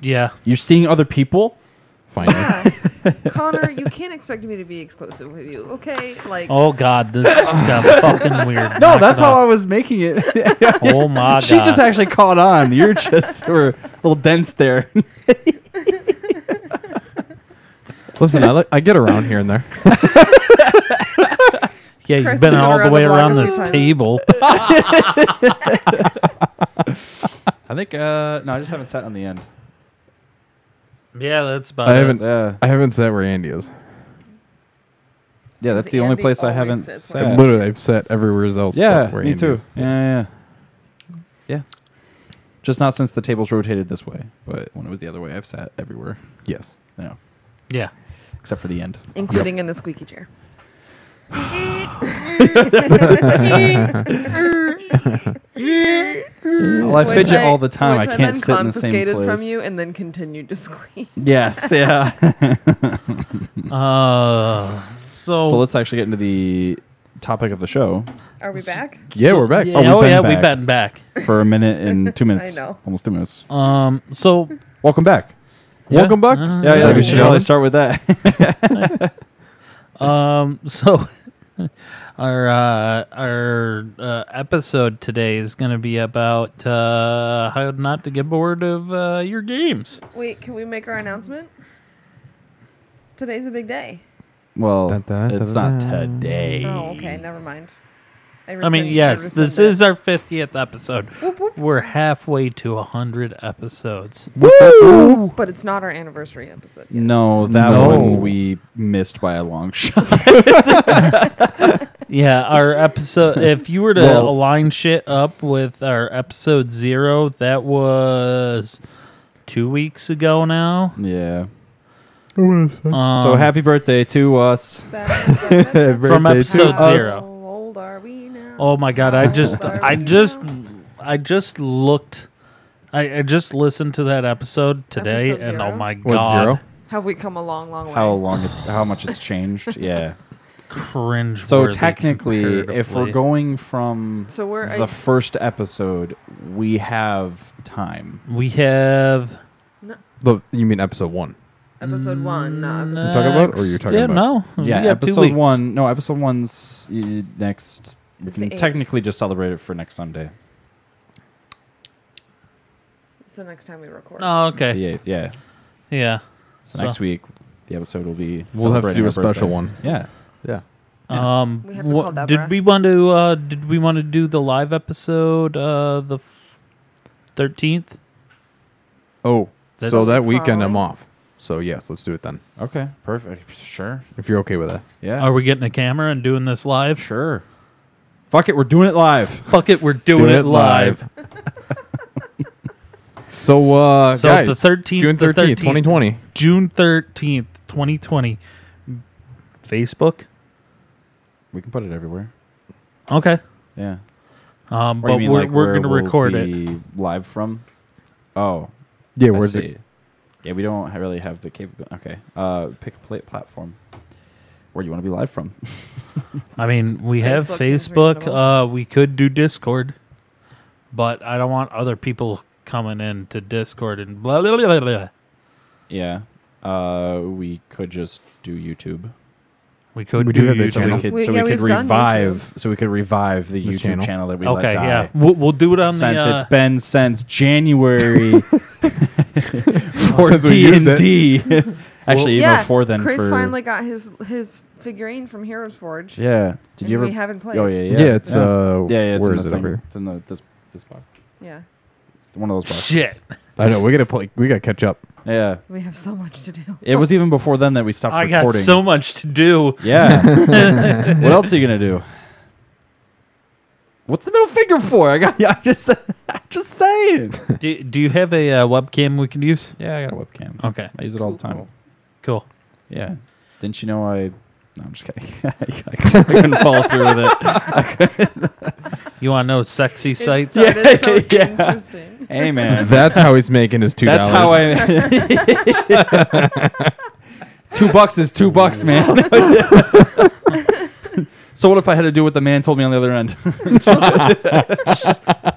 [SPEAKER 2] Yeah,
[SPEAKER 4] You're seeing other people.
[SPEAKER 3] Finally,
[SPEAKER 5] Yeah. Connor, you can't expect me to be exclusive with you, okay? Like,
[SPEAKER 2] Oh God, this just got fucking weird.
[SPEAKER 4] No, that's how I was making it.
[SPEAKER 2] Oh my God.
[SPEAKER 4] she just actually caught on. You're just were a little dense there.
[SPEAKER 3] listen, I, li- I get around here and there.
[SPEAKER 2] yeah, you've been
[SPEAKER 5] Chris has been
[SPEAKER 2] all the
[SPEAKER 5] around
[SPEAKER 2] way
[SPEAKER 5] the block
[SPEAKER 2] around
[SPEAKER 5] a few
[SPEAKER 2] this
[SPEAKER 5] times.
[SPEAKER 2] table.
[SPEAKER 4] I think. Uh, no, I just haven't sat on the end.
[SPEAKER 2] yeah, that's about.
[SPEAKER 3] I
[SPEAKER 2] it.
[SPEAKER 3] haven't,
[SPEAKER 4] Yeah.
[SPEAKER 3] I haven't sat where Andy is.
[SPEAKER 4] Yeah, that's the only
[SPEAKER 5] Andy
[SPEAKER 4] place I
[SPEAKER 5] always
[SPEAKER 4] haven't
[SPEAKER 5] sits
[SPEAKER 4] sat.
[SPEAKER 5] where-
[SPEAKER 3] Literally, I've sat everywhere else. but
[SPEAKER 4] Yeah,
[SPEAKER 3] where
[SPEAKER 4] me
[SPEAKER 3] Andy
[SPEAKER 4] too.
[SPEAKER 3] is.
[SPEAKER 4] Yeah, yeah, yeah. Just not since the table's rotated this way, but when it was the other way, I've sat everywhere.
[SPEAKER 3] Yes.
[SPEAKER 4] Yeah,
[SPEAKER 2] Yeah,
[SPEAKER 4] except for the end.
[SPEAKER 5] including in the squeaky chair.
[SPEAKER 4] Well, I
[SPEAKER 5] Which
[SPEAKER 4] fidget all the time. I
[SPEAKER 5] which
[SPEAKER 4] can't sit in
[SPEAKER 5] then
[SPEAKER 4] the same place.
[SPEAKER 5] confiscated from you and then continued to squeak.
[SPEAKER 4] Yes, yeah.
[SPEAKER 2] Uh, so,
[SPEAKER 4] so let's actually get into the topic of the show
[SPEAKER 5] Are we back?
[SPEAKER 3] Yeah,
[SPEAKER 2] so-
[SPEAKER 3] we're back.
[SPEAKER 2] Yeah,
[SPEAKER 4] Oh, we've
[SPEAKER 2] oh
[SPEAKER 4] been
[SPEAKER 2] yeah,
[SPEAKER 4] back.
[SPEAKER 2] we've been back.
[SPEAKER 4] for a minute and two minutes.
[SPEAKER 5] know.
[SPEAKER 4] Almost two minutes.
[SPEAKER 2] Um, so
[SPEAKER 4] Welcome back.
[SPEAKER 3] Welcome back.
[SPEAKER 4] Yeah, yeah.
[SPEAKER 3] yeah,
[SPEAKER 4] We
[SPEAKER 3] we
[SPEAKER 4] should
[SPEAKER 3] know.
[SPEAKER 4] probably start with that.
[SPEAKER 2] Um, so our uh, our uh, episode today is going to be about uh, how not to get bored of uh, your games.
[SPEAKER 5] Wait, can we make our announcement? Today's a big day.
[SPEAKER 4] well,
[SPEAKER 3] Dun, dun, dun,
[SPEAKER 4] it's
[SPEAKER 3] dun,
[SPEAKER 4] not
[SPEAKER 3] dun.
[SPEAKER 4] today.
[SPEAKER 5] Oh, okay, never mind.
[SPEAKER 2] I mean, yes, this is our fiftieth episode. We're halfway to hundred episodes.
[SPEAKER 5] Woo! But it's not our anniversary episode. Yet.
[SPEAKER 4] No, that
[SPEAKER 3] No.
[SPEAKER 4] one we missed by a long shot.
[SPEAKER 2] Yeah, our episode. if you were to
[SPEAKER 4] Well-
[SPEAKER 2] align shit up with our episode zero, that was two weeks ago now.
[SPEAKER 4] yeah.
[SPEAKER 2] Um,
[SPEAKER 4] Hmm. so happy birthday to us.
[SPEAKER 2] from episode
[SPEAKER 4] us.
[SPEAKER 2] zero.
[SPEAKER 6] How old are we now?
[SPEAKER 2] Oh my god! I just,
[SPEAKER 6] Are
[SPEAKER 2] I
[SPEAKER 6] we
[SPEAKER 2] just,
[SPEAKER 6] now?
[SPEAKER 2] I just looked. I, I just listened to that episode today,
[SPEAKER 5] Episode
[SPEAKER 2] and oh
[SPEAKER 5] zero?
[SPEAKER 2] my
[SPEAKER 3] What,
[SPEAKER 2] god,
[SPEAKER 3] zero?
[SPEAKER 5] Have we come a long, long way?
[SPEAKER 4] How long? It, how much it's changed? Yeah.
[SPEAKER 2] cringe.
[SPEAKER 4] So technically, if we're going from
[SPEAKER 5] So we're
[SPEAKER 4] the first episode, we have time.
[SPEAKER 2] we have
[SPEAKER 3] The, you mean episode one?
[SPEAKER 5] episode one, not episode.
[SPEAKER 4] mm,
[SPEAKER 3] talking about, or you're
[SPEAKER 2] next-
[SPEAKER 3] talking
[SPEAKER 2] yeah,
[SPEAKER 3] about-
[SPEAKER 2] No, Hmm. we
[SPEAKER 4] Yeah,
[SPEAKER 2] have two
[SPEAKER 4] episode
[SPEAKER 2] weeks.
[SPEAKER 4] one. No, episode one's uh, next. We
[SPEAKER 5] It's
[SPEAKER 4] can
[SPEAKER 5] the eighth.
[SPEAKER 4] technically just celebrate it for next Sunday.
[SPEAKER 5] So next time we record.
[SPEAKER 2] Oh,
[SPEAKER 4] It's
[SPEAKER 2] okay.
[SPEAKER 4] the eighth. Yeah.
[SPEAKER 2] Yeah.
[SPEAKER 4] So,
[SPEAKER 2] So-
[SPEAKER 4] next week, the episode will be.
[SPEAKER 3] We'll have to
[SPEAKER 4] celebrating
[SPEAKER 3] do
[SPEAKER 4] our
[SPEAKER 3] a special
[SPEAKER 4] birthday.
[SPEAKER 3] one.
[SPEAKER 4] Yeah.
[SPEAKER 3] Yeah.
[SPEAKER 2] Um,
[SPEAKER 5] We have to
[SPEAKER 2] wha-
[SPEAKER 5] call Deborah.
[SPEAKER 2] did we want to? Uh, did we want to do the live episode? Uh, the thirteenth.
[SPEAKER 3] Oh,
[SPEAKER 2] That's-
[SPEAKER 3] so that weekend
[SPEAKER 5] Following?
[SPEAKER 3] I'm off. So yes, let's do it then.
[SPEAKER 4] Okay. Perfect. Sure.
[SPEAKER 3] If you're okay with that.
[SPEAKER 4] Yeah.
[SPEAKER 2] Are we getting a camera and doing this live?
[SPEAKER 4] sure. Fuck it. We're doing it live.
[SPEAKER 2] Fuck it, we're doing
[SPEAKER 3] Doing
[SPEAKER 2] it live.
[SPEAKER 3] So uh
[SPEAKER 2] So
[SPEAKER 3] guys,
[SPEAKER 2] the 13th
[SPEAKER 3] June
[SPEAKER 2] the 13th.
[SPEAKER 3] 13th, 2020.
[SPEAKER 2] June thirteenth, twenty twenty. Facebook.
[SPEAKER 4] We can put it everywhere.
[SPEAKER 2] Okay.
[SPEAKER 4] Yeah.
[SPEAKER 2] Um, but we're we're gonna record it.
[SPEAKER 4] live from. Oh,
[SPEAKER 3] Yeah,
[SPEAKER 4] I
[SPEAKER 3] where's
[SPEAKER 4] see.
[SPEAKER 3] it?
[SPEAKER 4] Yeah, we don't ha- really have the capability. Okay, uh, pick a plate platform where you want to be live from.
[SPEAKER 2] I mean, we have
[SPEAKER 5] Facebook seems
[SPEAKER 2] Facebook.
[SPEAKER 5] reasonable.
[SPEAKER 2] Uh, we could do Discord, but I don't want other people coming in to Discord and blah blah blah blah. blah.
[SPEAKER 4] yeah, uh, we could just do YouTube.
[SPEAKER 2] We could
[SPEAKER 3] We
[SPEAKER 2] do,
[SPEAKER 3] do have the
[SPEAKER 2] YouTube.
[SPEAKER 4] So we
[SPEAKER 3] channel.
[SPEAKER 4] could,
[SPEAKER 5] We-
[SPEAKER 4] so
[SPEAKER 5] yeah,
[SPEAKER 4] we could
[SPEAKER 5] we've done
[SPEAKER 4] revive. So we could revive the,
[SPEAKER 3] The
[SPEAKER 4] YouTube channel.
[SPEAKER 3] channel.
[SPEAKER 4] that we
[SPEAKER 2] Okay,
[SPEAKER 4] let die.
[SPEAKER 2] yeah, we'll, we'll do it on
[SPEAKER 4] Since
[SPEAKER 2] the. Uh,
[SPEAKER 4] it's been since January for
[SPEAKER 3] Since we
[SPEAKER 4] D
[SPEAKER 3] used
[SPEAKER 4] and D. Actually, even
[SPEAKER 5] yeah,
[SPEAKER 4] before then.
[SPEAKER 5] Chris
[SPEAKER 4] for,
[SPEAKER 5] finally got his his figurine from Heroes Forge.
[SPEAKER 4] Yeah. Did
[SPEAKER 5] and
[SPEAKER 4] you ever?
[SPEAKER 5] We haven't played.
[SPEAKER 4] Oh yeah, yeah.
[SPEAKER 3] Yeah, it's uh
[SPEAKER 4] yeah, yeah. It's
[SPEAKER 3] where
[SPEAKER 4] in
[SPEAKER 3] is
[SPEAKER 4] the
[SPEAKER 3] it
[SPEAKER 4] thing.
[SPEAKER 3] over here?
[SPEAKER 4] It's in the this this box.
[SPEAKER 5] Yeah.
[SPEAKER 4] One of those boxes.
[SPEAKER 2] shit.
[SPEAKER 3] I know, we got to play we got to catch up.
[SPEAKER 4] Yeah.
[SPEAKER 5] We have so much to do.
[SPEAKER 4] It was even before then that we stopped
[SPEAKER 2] I got
[SPEAKER 4] recording.
[SPEAKER 2] so much to do.
[SPEAKER 4] yeah. what else are you gonna do? What's the middle finger for? I got. I just. I'm just saying.
[SPEAKER 2] do, do you have a uh, webcam we can use?
[SPEAKER 4] Yeah, I got a webcam.
[SPEAKER 2] Okay,
[SPEAKER 4] Oh, I use it all the time.
[SPEAKER 2] cool.
[SPEAKER 4] Yeah. Didn't you know I? No, I'm just kidding. I couldn't follow through with it.
[SPEAKER 2] You want to know sexy sites?
[SPEAKER 5] It started so
[SPEAKER 4] Yeah.
[SPEAKER 5] interesting.
[SPEAKER 4] Hey man,
[SPEAKER 3] That's how he's making his $2.
[SPEAKER 4] that's how I. two bucks is two bucks, man. so what if I had to do what the man told me on the other end?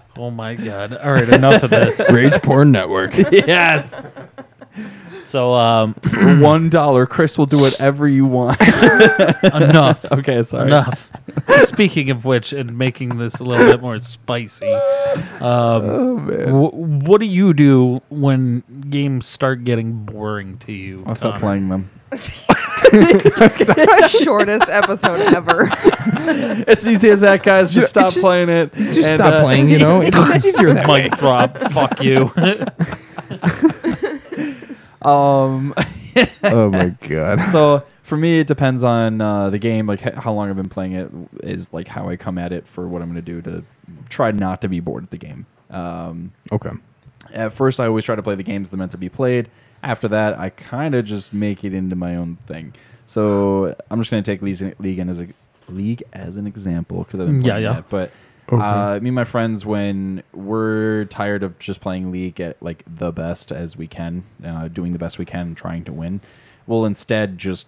[SPEAKER 2] Oh my god! All right, enough of this.
[SPEAKER 3] Rage Porn Network.
[SPEAKER 4] yes.
[SPEAKER 2] So um,
[SPEAKER 4] For one dollar, Chris will do whatever you want.
[SPEAKER 2] enough.
[SPEAKER 4] okay, sorry.
[SPEAKER 2] Enough. Speaking of which, and making this a little bit more spicy, um,
[SPEAKER 4] Oh,
[SPEAKER 2] wh- what do you do when games start getting boring to you?
[SPEAKER 4] I'll
[SPEAKER 2] Connor?
[SPEAKER 4] stop playing them.
[SPEAKER 5] Shortest episode ever.
[SPEAKER 4] It's easy as that, guys.
[SPEAKER 3] Yeah,
[SPEAKER 4] Just stop
[SPEAKER 3] it's just-
[SPEAKER 4] playing it.
[SPEAKER 3] Just
[SPEAKER 4] And,
[SPEAKER 3] stop
[SPEAKER 4] uh,
[SPEAKER 3] playing, you know. It's, it's easier that way.
[SPEAKER 2] Mic drop. Fuck you.
[SPEAKER 4] Um,
[SPEAKER 3] Oh my god.
[SPEAKER 4] so for me, it depends on uh, the game, like h- how long I've been playing it, is like how I come at it for what I'm going to do to try not to be bored at the game. Um,
[SPEAKER 3] Okay.
[SPEAKER 4] at first, I always try to play the games that are meant to be played. After that, I kind of just make it into my own thing. So I'm just going to take League, League in as a League as an example because I've been
[SPEAKER 2] Yeah,
[SPEAKER 4] playing
[SPEAKER 2] yeah.
[SPEAKER 4] that, but. Uh, me and my friends, when we're tired of just playing League at like the best as we can, uh, doing the best we can, trying to win, we'll instead just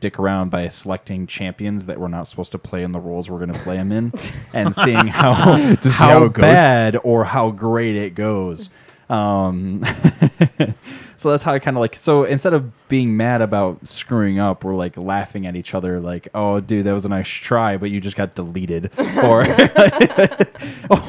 [SPEAKER 4] dick around by selecting champions that we're not supposed to play in the roles we're going to play them in, and seeing how how,
[SPEAKER 3] see how it goes.
[SPEAKER 4] bad or how great it goes. Um, so that's how I kind of like. So instead of being mad about screwing up, we're like laughing at each other, like, "Oh, dude, that was a nice try, but you just got deleted," or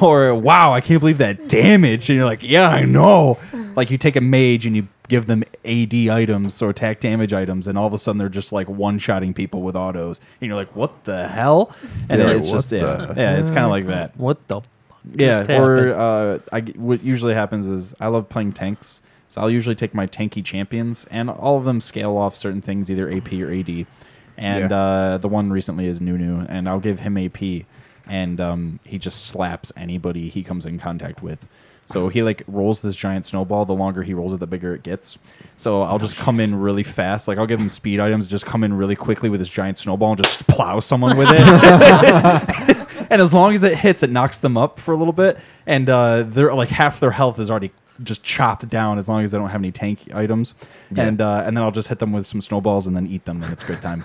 [SPEAKER 4] or "Wow, I can't believe that damage." And you're like, "Yeah, I know." Like you take a mage and you give them AD items or attack damage items, and all of a sudden they're just like one-shotting people with autos, and you're like, "What the hell?" And
[SPEAKER 3] Yeah,
[SPEAKER 4] it's
[SPEAKER 3] what
[SPEAKER 4] just yeah,
[SPEAKER 3] the-
[SPEAKER 4] yeah, it's kind of like that.
[SPEAKER 2] What the? Fuck
[SPEAKER 4] Yeah,
[SPEAKER 2] just
[SPEAKER 4] or
[SPEAKER 2] happened?
[SPEAKER 4] uh, I g what usually happens is I love playing tanks, so I'll usually take my tanky champions, and all of them scale off certain things, either AP or AD. And
[SPEAKER 3] Yeah.
[SPEAKER 4] uh, the one recently is Nunu, and I'll give him AP, and um, he just slaps anybody he comes in contact with. So he like rolls this giant snowball. The longer he rolls it, the bigger it gets. So I'll just come in really fast. Like I'll give him speed items, just come in really quickly with this giant snowball and just plow someone with it. and as long as it hits, it knocks them up for a little bit. And uh, they're like half their health is already just chopped down as long as they don't have any tank items. And uh, and then I'll just hit them with some snowballs and then eat them, and it's a good time.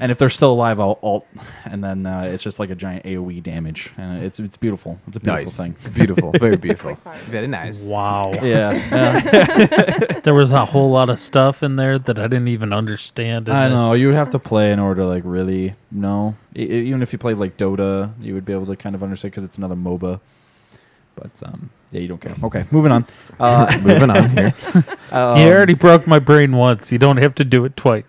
[SPEAKER 4] and if they're still alive, I'll alt, and then uh, it's just like a giant AOE damage, and it's it's beautiful. It's a beautiful
[SPEAKER 3] Nice.
[SPEAKER 4] thing.
[SPEAKER 3] Beautiful. Very beautiful.
[SPEAKER 5] fire.
[SPEAKER 3] Very nice.
[SPEAKER 2] Wow.
[SPEAKER 4] Yeah, yeah.
[SPEAKER 2] there was a whole lot of stuff in there that I didn't even understand. and
[SPEAKER 4] I
[SPEAKER 2] it-
[SPEAKER 4] know you would have to play in order to like really know. E- e- Even if you played like Dota, you would be able to kind of understand because it's another MOBA. But um, yeah, you don't care. Okay, moving on. Uh,
[SPEAKER 3] Moving on here.
[SPEAKER 4] um,
[SPEAKER 2] He already broke my brain once. You don't have to do it twice.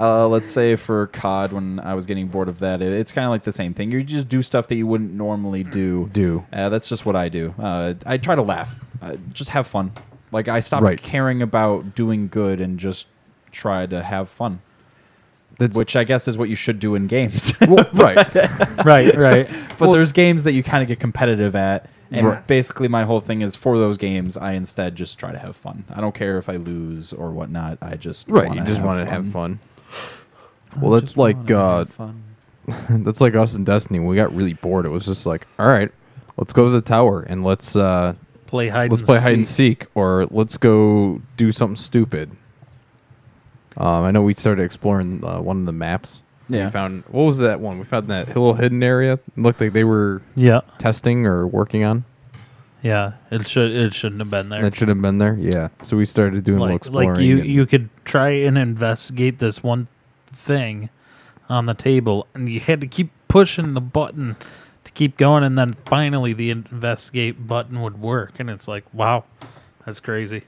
[SPEAKER 4] uh, let's say for COD, when I was getting bored of that, it, it's kind of like the same thing. You just do stuff that you wouldn't normally do.
[SPEAKER 3] Do.
[SPEAKER 4] Uh, that's just what I do. Uh, I try to laugh, uh, just have fun. Like I stopped
[SPEAKER 3] Right.
[SPEAKER 4] caring about doing good and just try to have fun,
[SPEAKER 3] That's
[SPEAKER 4] which I guess is what you should do in games.
[SPEAKER 3] well, right.
[SPEAKER 4] right, right. But
[SPEAKER 3] Well-
[SPEAKER 4] there's games that you kind of get competitive at, and
[SPEAKER 5] Right.
[SPEAKER 4] basically my whole thing is for those games, I instead just try to have fun. I don't care if I lose or whatnot. I just
[SPEAKER 3] Right.
[SPEAKER 4] wanna
[SPEAKER 3] You just
[SPEAKER 4] have
[SPEAKER 3] want to have
[SPEAKER 4] fun.
[SPEAKER 3] fun. Well, that's like uh, that's like us in Destiny. When we got really bored. It was just like, all right, let's go to the tower and let's uh,
[SPEAKER 2] Play hide.
[SPEAKER 3] let's
[SPEAKER 2] and
[SPEAKER 3] play hide and
[SPEAKER 2] seek.
[SPEAKER 3] seek, or let's go do something stupid. Um, I know we started exploring uh, one of the maps.
[SPEAKER 4] Yeah.
[SPEAKER 3] We found what was that one? We found that little hidden area. It looked like they were
[SPEAKER 2] Yeah,
[SPEAKER 3] testing or working on.
[SPEAKER 2] yeah. It should. It shouldn't have been there.
[SPEAKER 3] That should have been there. Yeah. So we started doing little
[SPEAKER 2] Like,
[SPEAKER 3] exploring.
[SPEAKER 2] like you,
[SPEAKER 3] and-
[SPEAKER 2] you could try and investigate this one thing on the table, and you had to keep pushing the button to keep going, and then finally the investigate button would work, and it's like, wow, that's crazy.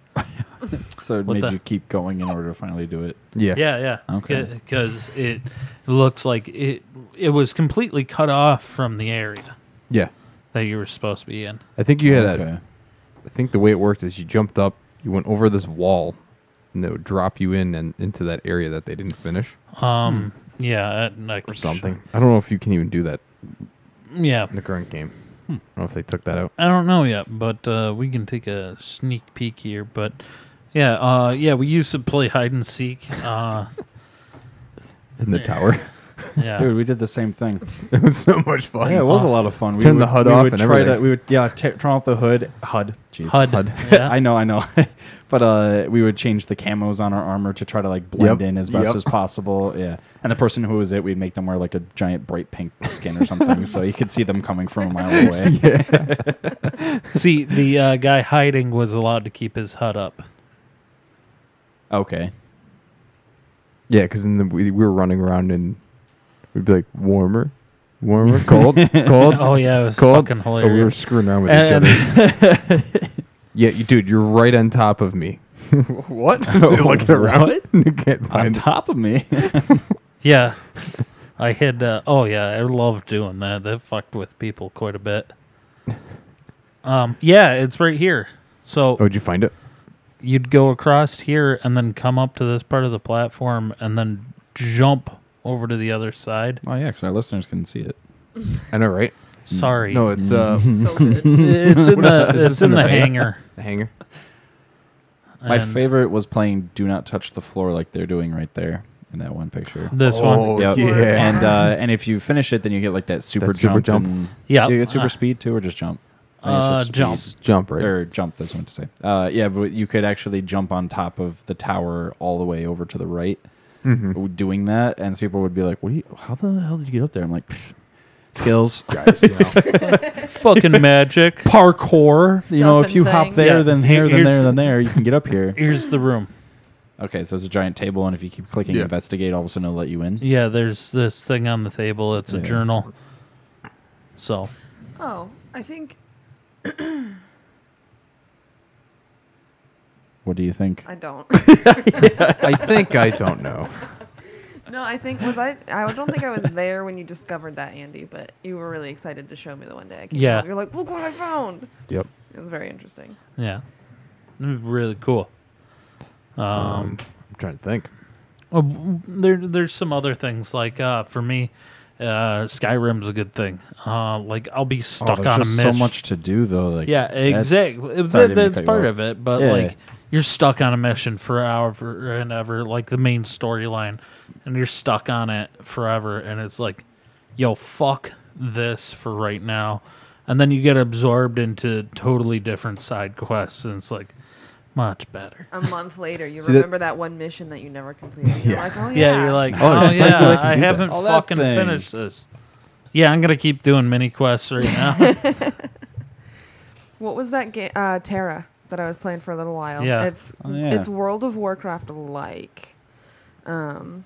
[SPEAKER 4] So it
[SPEAKER 2] What
[SPEAKER 4] made
[SPEAKER 2] the-
[SPEAKER 4] you keep going in order to finally do it.
[SPEAKER 3] yeah.
[SPEAKER 2] Yeah, yeah.
[SPEAKER 4] Okay.
[SPEAKER 2] Because it looks like it it was completely cut off from the area
[SPEAKER 3] Yeah.
[SPEAKER 2] that you were supposed to be in.
[SPEAKER 3] I think you had a
[SPEAKER 4] Okay.
[SPEAKER 3] I think the way it worked is you jumped up, you went over this wall, and it would drop you in and into that area that they didn't finish
[SPEAKER 2] Um. Yeah. I- I-
[SPEAKER 3] or something. I don't know if you can even do that
[SPEAKER 2] Yeah.
[SPEAKER 3] in the current game. I don't know if they took that out.
[SPEAKER 2] I don't know yet, but uh, we can take a sneak peek here. But yeah, uh, yeah, we used to play hide and seek. Uh,
[SPEAKER 3] In the tower.
[SPEAKER 2] yeah.
[SPEAKER 4] Dude, we did the same thing.
[SPEAKER 3] it was so much fun.
[SPEAKER 4] Yeah, it was a lot of fun. We
[SPEAKER 3] Turn the HUD
[SPEAKER 4] we
[SPEAKER 3] off
[SPEAKER 4] would
[SPEAKER 3] and
[SPEAKER 4] try To,
[SPEAKER 3] everything.
[SPEAKER 4] we would yeah, t- turn off the hood. HUD. Jeez.
[SPEAKER 2] HUD.
[SPEAKER 3] HUD.
[SPEAKER 2] Yeah.
[SPEAKER 4] I know, I know. but uh, we would change the camos on our armor to try to like blend
[SPEAKER 3] Yep.
[SPEAKER 4] in as best
[SPEAKER 3] Yep.
[SPEAKER 4] as possible. Yeah. And the person who was it, we'd make them wear like a giant bright pink skin or something so you could see them coming from a mile away.
[SPEAKER 2] See, the uh, guy hiding was allowed to keep his HUD up.
[SPEAKER 4] Okay.
[SPEAKER 3] Yeah, because then the, we, we were running around and we'd be like warmer, warmer, cold, cold.
[SPEAKER 2] Oh yeah, it was
[SPEAKER 3] Cold.
[SPEAKER 2] fucking
[SPEAKER 3] Oh, we were
[SPEAKER 2] hilarious.
[SPEAKER 3] screwing around with
[SPEAKER 2] And-
[SPEAKER 3] each other. yeah, you, dude, you're right on top of me. what? Looking around. Can't
[SPEAKER 4] On
[SPEAKER 3] find
[SPEAKER 4] top of me.
[SPEAKER 2] yeah. I had. Uh, oh yeah, I loved doing that. That fucked with people quite a bit. Um. Yeah, it's right here. So
[SPEAKER 3] Oh, did you find it?
[SPEAKER 2] you'd go across here and then come up to this part of the platform and then jump over to the other side.
[SPEAKER 4] Oh, yeah, because our listeners can see it.
[SPEAKER 3] I know, right?
[SPEAKER 2] Sorry.
[SPEAKER 3] No, it's uh,
[SPEAKER 5] So good.
[SPEAKER 2] it's in the
[SPEAKER 3] Is this
[SPEAKER 2] it's in
[SPEAKER 3] in
[SPEAKER 2] the
[SPEAKER 3] the beta?
[SPEAKER 2] hangar.
[SPEAKER 3] the hanger.
[SPEAKER 4] My
[SPEAKER 2] and
[SPEAKER 4] favorite was playing Do Not Touch the Floor like they're doing right there in that one picture.
[SPEAKER 2] This one.
[SPEAKER 3] Oh,
[SPEAKER 4] Yep.
[SPEAKER 3] yeah.
[SPEAKER 4] And uh, and if you finish it, then you get like that super
[SPEAKER 3] That
[SPEAKER 4] jump.
[SPEAKER 3] super jump.
[SPEAKER 4] and-
[SPEAKER 2] Yeah.
[SPEAKER 4] Do you get super
[SPEAKER 2] Uh,
[SPEAKER 4] speed too, or just jump? I think it's
[SPEAKER 2] Uh,
[SPEAKER 4] just
[SPEAKER 2] jump.
[SPEAKER 3] Just Jump right.
[SPEAKER 4] Or jump, that's what I meant to say. Uh, yeah, but you could actually jump on top of the tower all the way over to the right
[SPEAKER 3] Mhm.
[SPEAKER 4] doing that. And so people would be like, "What? Do you, how the hell did you get up there? I'm like, "Pfft, skills.
[SPEAKER 3] Guys, you know.
[SPEAKER 2] Fucking magic.
[SPEAKER 4] Parkour, you know,
[SPEAKER 5] Stuff
[SPEAKER 4] if you
[SPEAKER 5] and
[SPEAKER 4] hop
[SPEAKER 5] things.
[SPEAKER 4] there,
[SPEAKER 2] Yeah.
[SPEAKER 4] then here, then
[SPEAKER 2] Here's-
[SPEAKER 4] there, then there, you can get up here.
[SPEAKER 2] Here's the room.
[SPEAKER 4] Okay, so it's a giant table, and if you keep clicking
[SPEAKER 3] Yeah.
[SPEAKER 4] investigate, all of a sudden it'll let you in.
[SPEAKER 2] Yeah, there's this thing on the table. It's a
[SPEAKER 4] Yeah.
[SPEAKER 2] journal. So
[SPEAKER 5] Oh, I think
[SPEAKER 4] What do you think?
[SPEAKER 5] I don't.
[SPEAKER 3] I think I don't know.
[SPEAKER 5] No, I think was I. I don't think I was there when you discovered that, Andy. But you were really excited to show me the one day. I came
[SPEAKER 2] Yeah.
[SPEAKER 5] home. You're like, look what I found.
[SPEAKER 3] Yep.
[SPEAKER 5] It was very interesting.
[SPEAKER 2] yeah, It'd be really cool. Um,
[SPEAKER 4] Um,
[SPEAKER 3] I'm trying to think.
[SPEAKER 2] Well, there, there's some other things like uh, for me, Uh, Skyrim's a good thing. Uh, like I'll be stuck
[SPEAKER 4] oh, there's
[SPEAKER 2] on a
[SPEAKER 4] just so
[SPEAKER 2] mission.
[SPEAKER 4] much to do though. Like
[SPEAKER 2] yeah, exactly.
[SPEAKER 4] sorry,
[SPEAKER 2] That,
[SPEAKER 4] I didn't mean to
[SPEAKER 2] that's
[SPEAKER 4] cut you
[SPEAKER 2] part
[SPEAKER 4] off.
[SPEAKER 2] of it, but
[SPEAKER 4] Yeah.
[SPEAKER 2] like you're stuck on a mission for hour and ever, like the main storyline, and you're stuck on it forever, and it's like, yo, fuck this for right now, and then you get absorbed into totally different side quests, and it's like much better.
[SPEAKER 5] a month later, you
[SPEAKER 3] See that-
[SPEAKER 5] remember that, one mission that you never completed. You're like, oh
[SPEAKER 2] Yeah,
[SPEAKER 5] yeah,
[SPEAKER 2] you're like,
[SPEAKER 3] Oh,
[SPEAKER 2] oh,
[SPEAKER 3] it's like,
[SPEAKER 2] yeah,
[SPEAKER 3] I can
[SPEAKER 2] I
[SPEAKER 3] do that."
[SPEAKER 2] haven't
[SPEAKER 4] Oh, that
[SPEAKER 2] fucking
[SPEAKER 4] thing.
[SPEAKER 2] finished this. Yeah, I'm gonna keep doing mini quests right now.
[SPEAKER 5] What was that game? Uh, Terra that I was playing for a little while.
[SPEAKER 2] Yeah.
[SPEAKER 5] It's
[SPEAKER 4] Oh, yeah.
[SPEAKER 5] it's World of Warcraft like, um,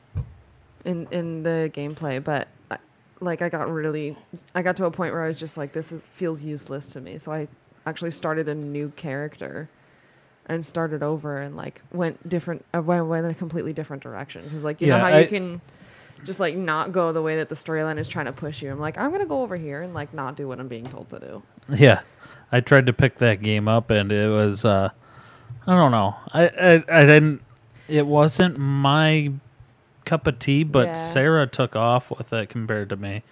[SPEAKER 5] in in the gameplay, but uh, like I got really, I got to a point where I was just like, this is, feels useless to me. So I actually started a new character. And started over and like went different, uh, went, went in a completely different direction. Because like you
[SPEAKER 2] Yeah,
[SPEAKER 5] know how
[SPEAKER 2] I-
[SPEAKER 5] you can just like not go the way that the storyline is trying to push you. I'm like I'm gonna go over here and like not do what I'm being told to do.
[SPEAKER 2] Yeah, I tried to pick that game up, and it was uh, I don't know. I I, I didn't. It wasn't my cup of tea, but
[SPEAKER 5] Yeah.
[SPEAKER 2] Sarah took off with it compared to me.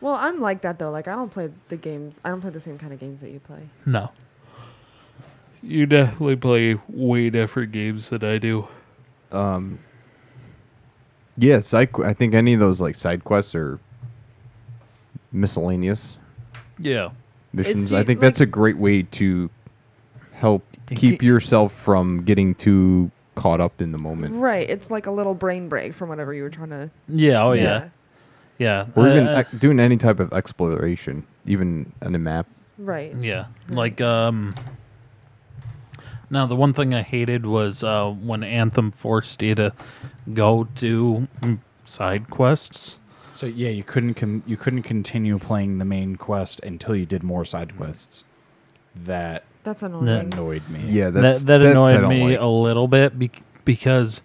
[SPEAKER 5] Well, I'm like that though. Like I don't play the games. I don't play the same kind of games that you play.
[SPEAKER 2] No. You definitely play way different games than I do.
[SPEAKER 3] Um, yeah, side, que- I think any of those like side quests are miscellaneous
[SPEAKER 2] Yeah.
[SPEAKER 3] missions.
[SPEAKER 5] It's
[SPEAKER 3] I
[SPEAKER 5] u-
[SPEAKER 3] think that's a great way to help keep yourself from getting too caught up in the moment.
[SPEAKER 5] Right. It's like a little brain break from whatever you were trying to.
[SPEAKER 2] Yeah. Oh yeah. Yeah.
[SPEAKER 3] Or
[SPEAKER 2] I-
[SPEAKER 3] even
[SPEAKER 2] I-
[SPEAKER 3] uh, doing any type of exploration, even on a map.
[SPEAKER 5] Right.
[SPEAKER 2] Yeah.
[SPEAKER 5] Mm.
[SPEAKER 2] Like um Now the one thing I hated was uh when Anthem forced you to go to mm, side quests.
[SPEAKER 4] So yeah, you couldn't com- you couldn't continue playing the main quest until you did more side
[SPEAKER 3] Mm-hmm.
[SPEAKER 4] quests. That
[SPEAKER 5] That's
[SPEAKER 2] Yeah.
[SPEAKER 5] annoying.
[SPEAKER 4] annoyed me.
[SPEAKER 3] Yeah,
[SPEAKER 2] That
[SPEAKER 3] that's,
[SPEAKER 2] that
[SPEAKER 3] that's- I
[SPEAKER 2] annoyed
[SPEAKER 3] don't
[SPEAKER 2] me
[SPEAKER 3] like.
[SPEAKER 2] a little bit bec- because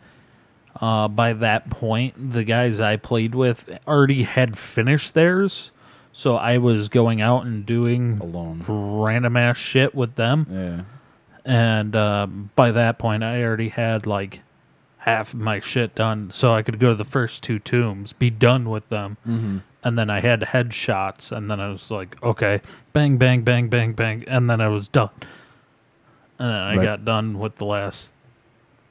[SPEAKER 2] uh by that point the guys I played with already had finished theirs. So I was going out and doing
[SPEAKER 4] alone.
[SPEAKER 2] random ass shit with them.
[SPEAKER 4] Yeah.
[SPEAKER 2] and uh, by that point i already had like half my shit done so i could go to the first two tombs be done with them
[SPEAKER 4] Mm-hmm.
[SPEAKER 2] and then i had headshots and then i was like okay bang bang bang bang bang and then i was done and then i
[SPEAKER 3] Right.
[SPEAKER 2] got done with the last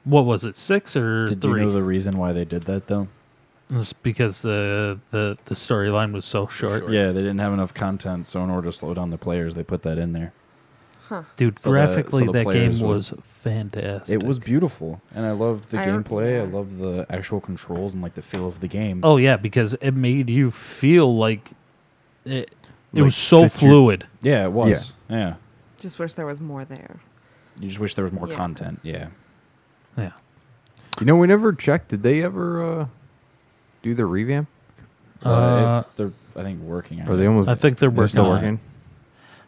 [SPEAKER 2] what was it six or
[SPEAKER 4] Did
[SPEAKER 2] three
[SPEAKER 4] you know the reason why they did that though?
[SPEAKER 2] it was because the the, the storyline was so short,
[SPEAKER 4] Yeah, they didn't have enough content, so in order to slow down the players, they put that in there.
[SPEAKER 2] dude
[SPEAKER 4] So the-
[SPEAKER 2] graphically
[SPEAKER 4] so the
[SPEAKER 2] that game
[SPEAKER 4] players would-
[SPEAKER 2] was fantastic
[SPEAKER 4] It was beautiful, and I loved the
[SPEAKER 5] I-
[SPEAKER 4] gameplay. I
[SPEAKER 5] yeah.
[SPEAKER 4] loved the actual controls and like the feel of the game.
[SPEAKER 2] Oh yeah, because it made you feel like it. It
[SPEAKER 3] Like
[SPEAKER 2] was so
[SPEAKER 3] that you-
[SPEAKER 2] fluid.
[SPEAKER 4] yeah, it was. Yeah.
[SPEAKER 5] Just wish there was more there.
[SPEAKER 4] you just wish there was more
[SPEAKER 5] Yeah.
[SPEAKER 4] content. Yeah,
[SPEAKER 3] You know, we never checked. Did they ever uh, do the revamp?
[SPEAKER 2] Uh,
[SPEAKER 4] Uh, if they're I think working. on
[SPEAKER 3] Or they
[SPEAKER 4] it.
[SPEAKER 3] almost
[SPEAKER 2] I think they're
[SPEAKER 3] they're
[SPEAKER 2] working.
[SPEAKER 3] still
[SPEAKER 2] on it.
[SPEAKER 3] working?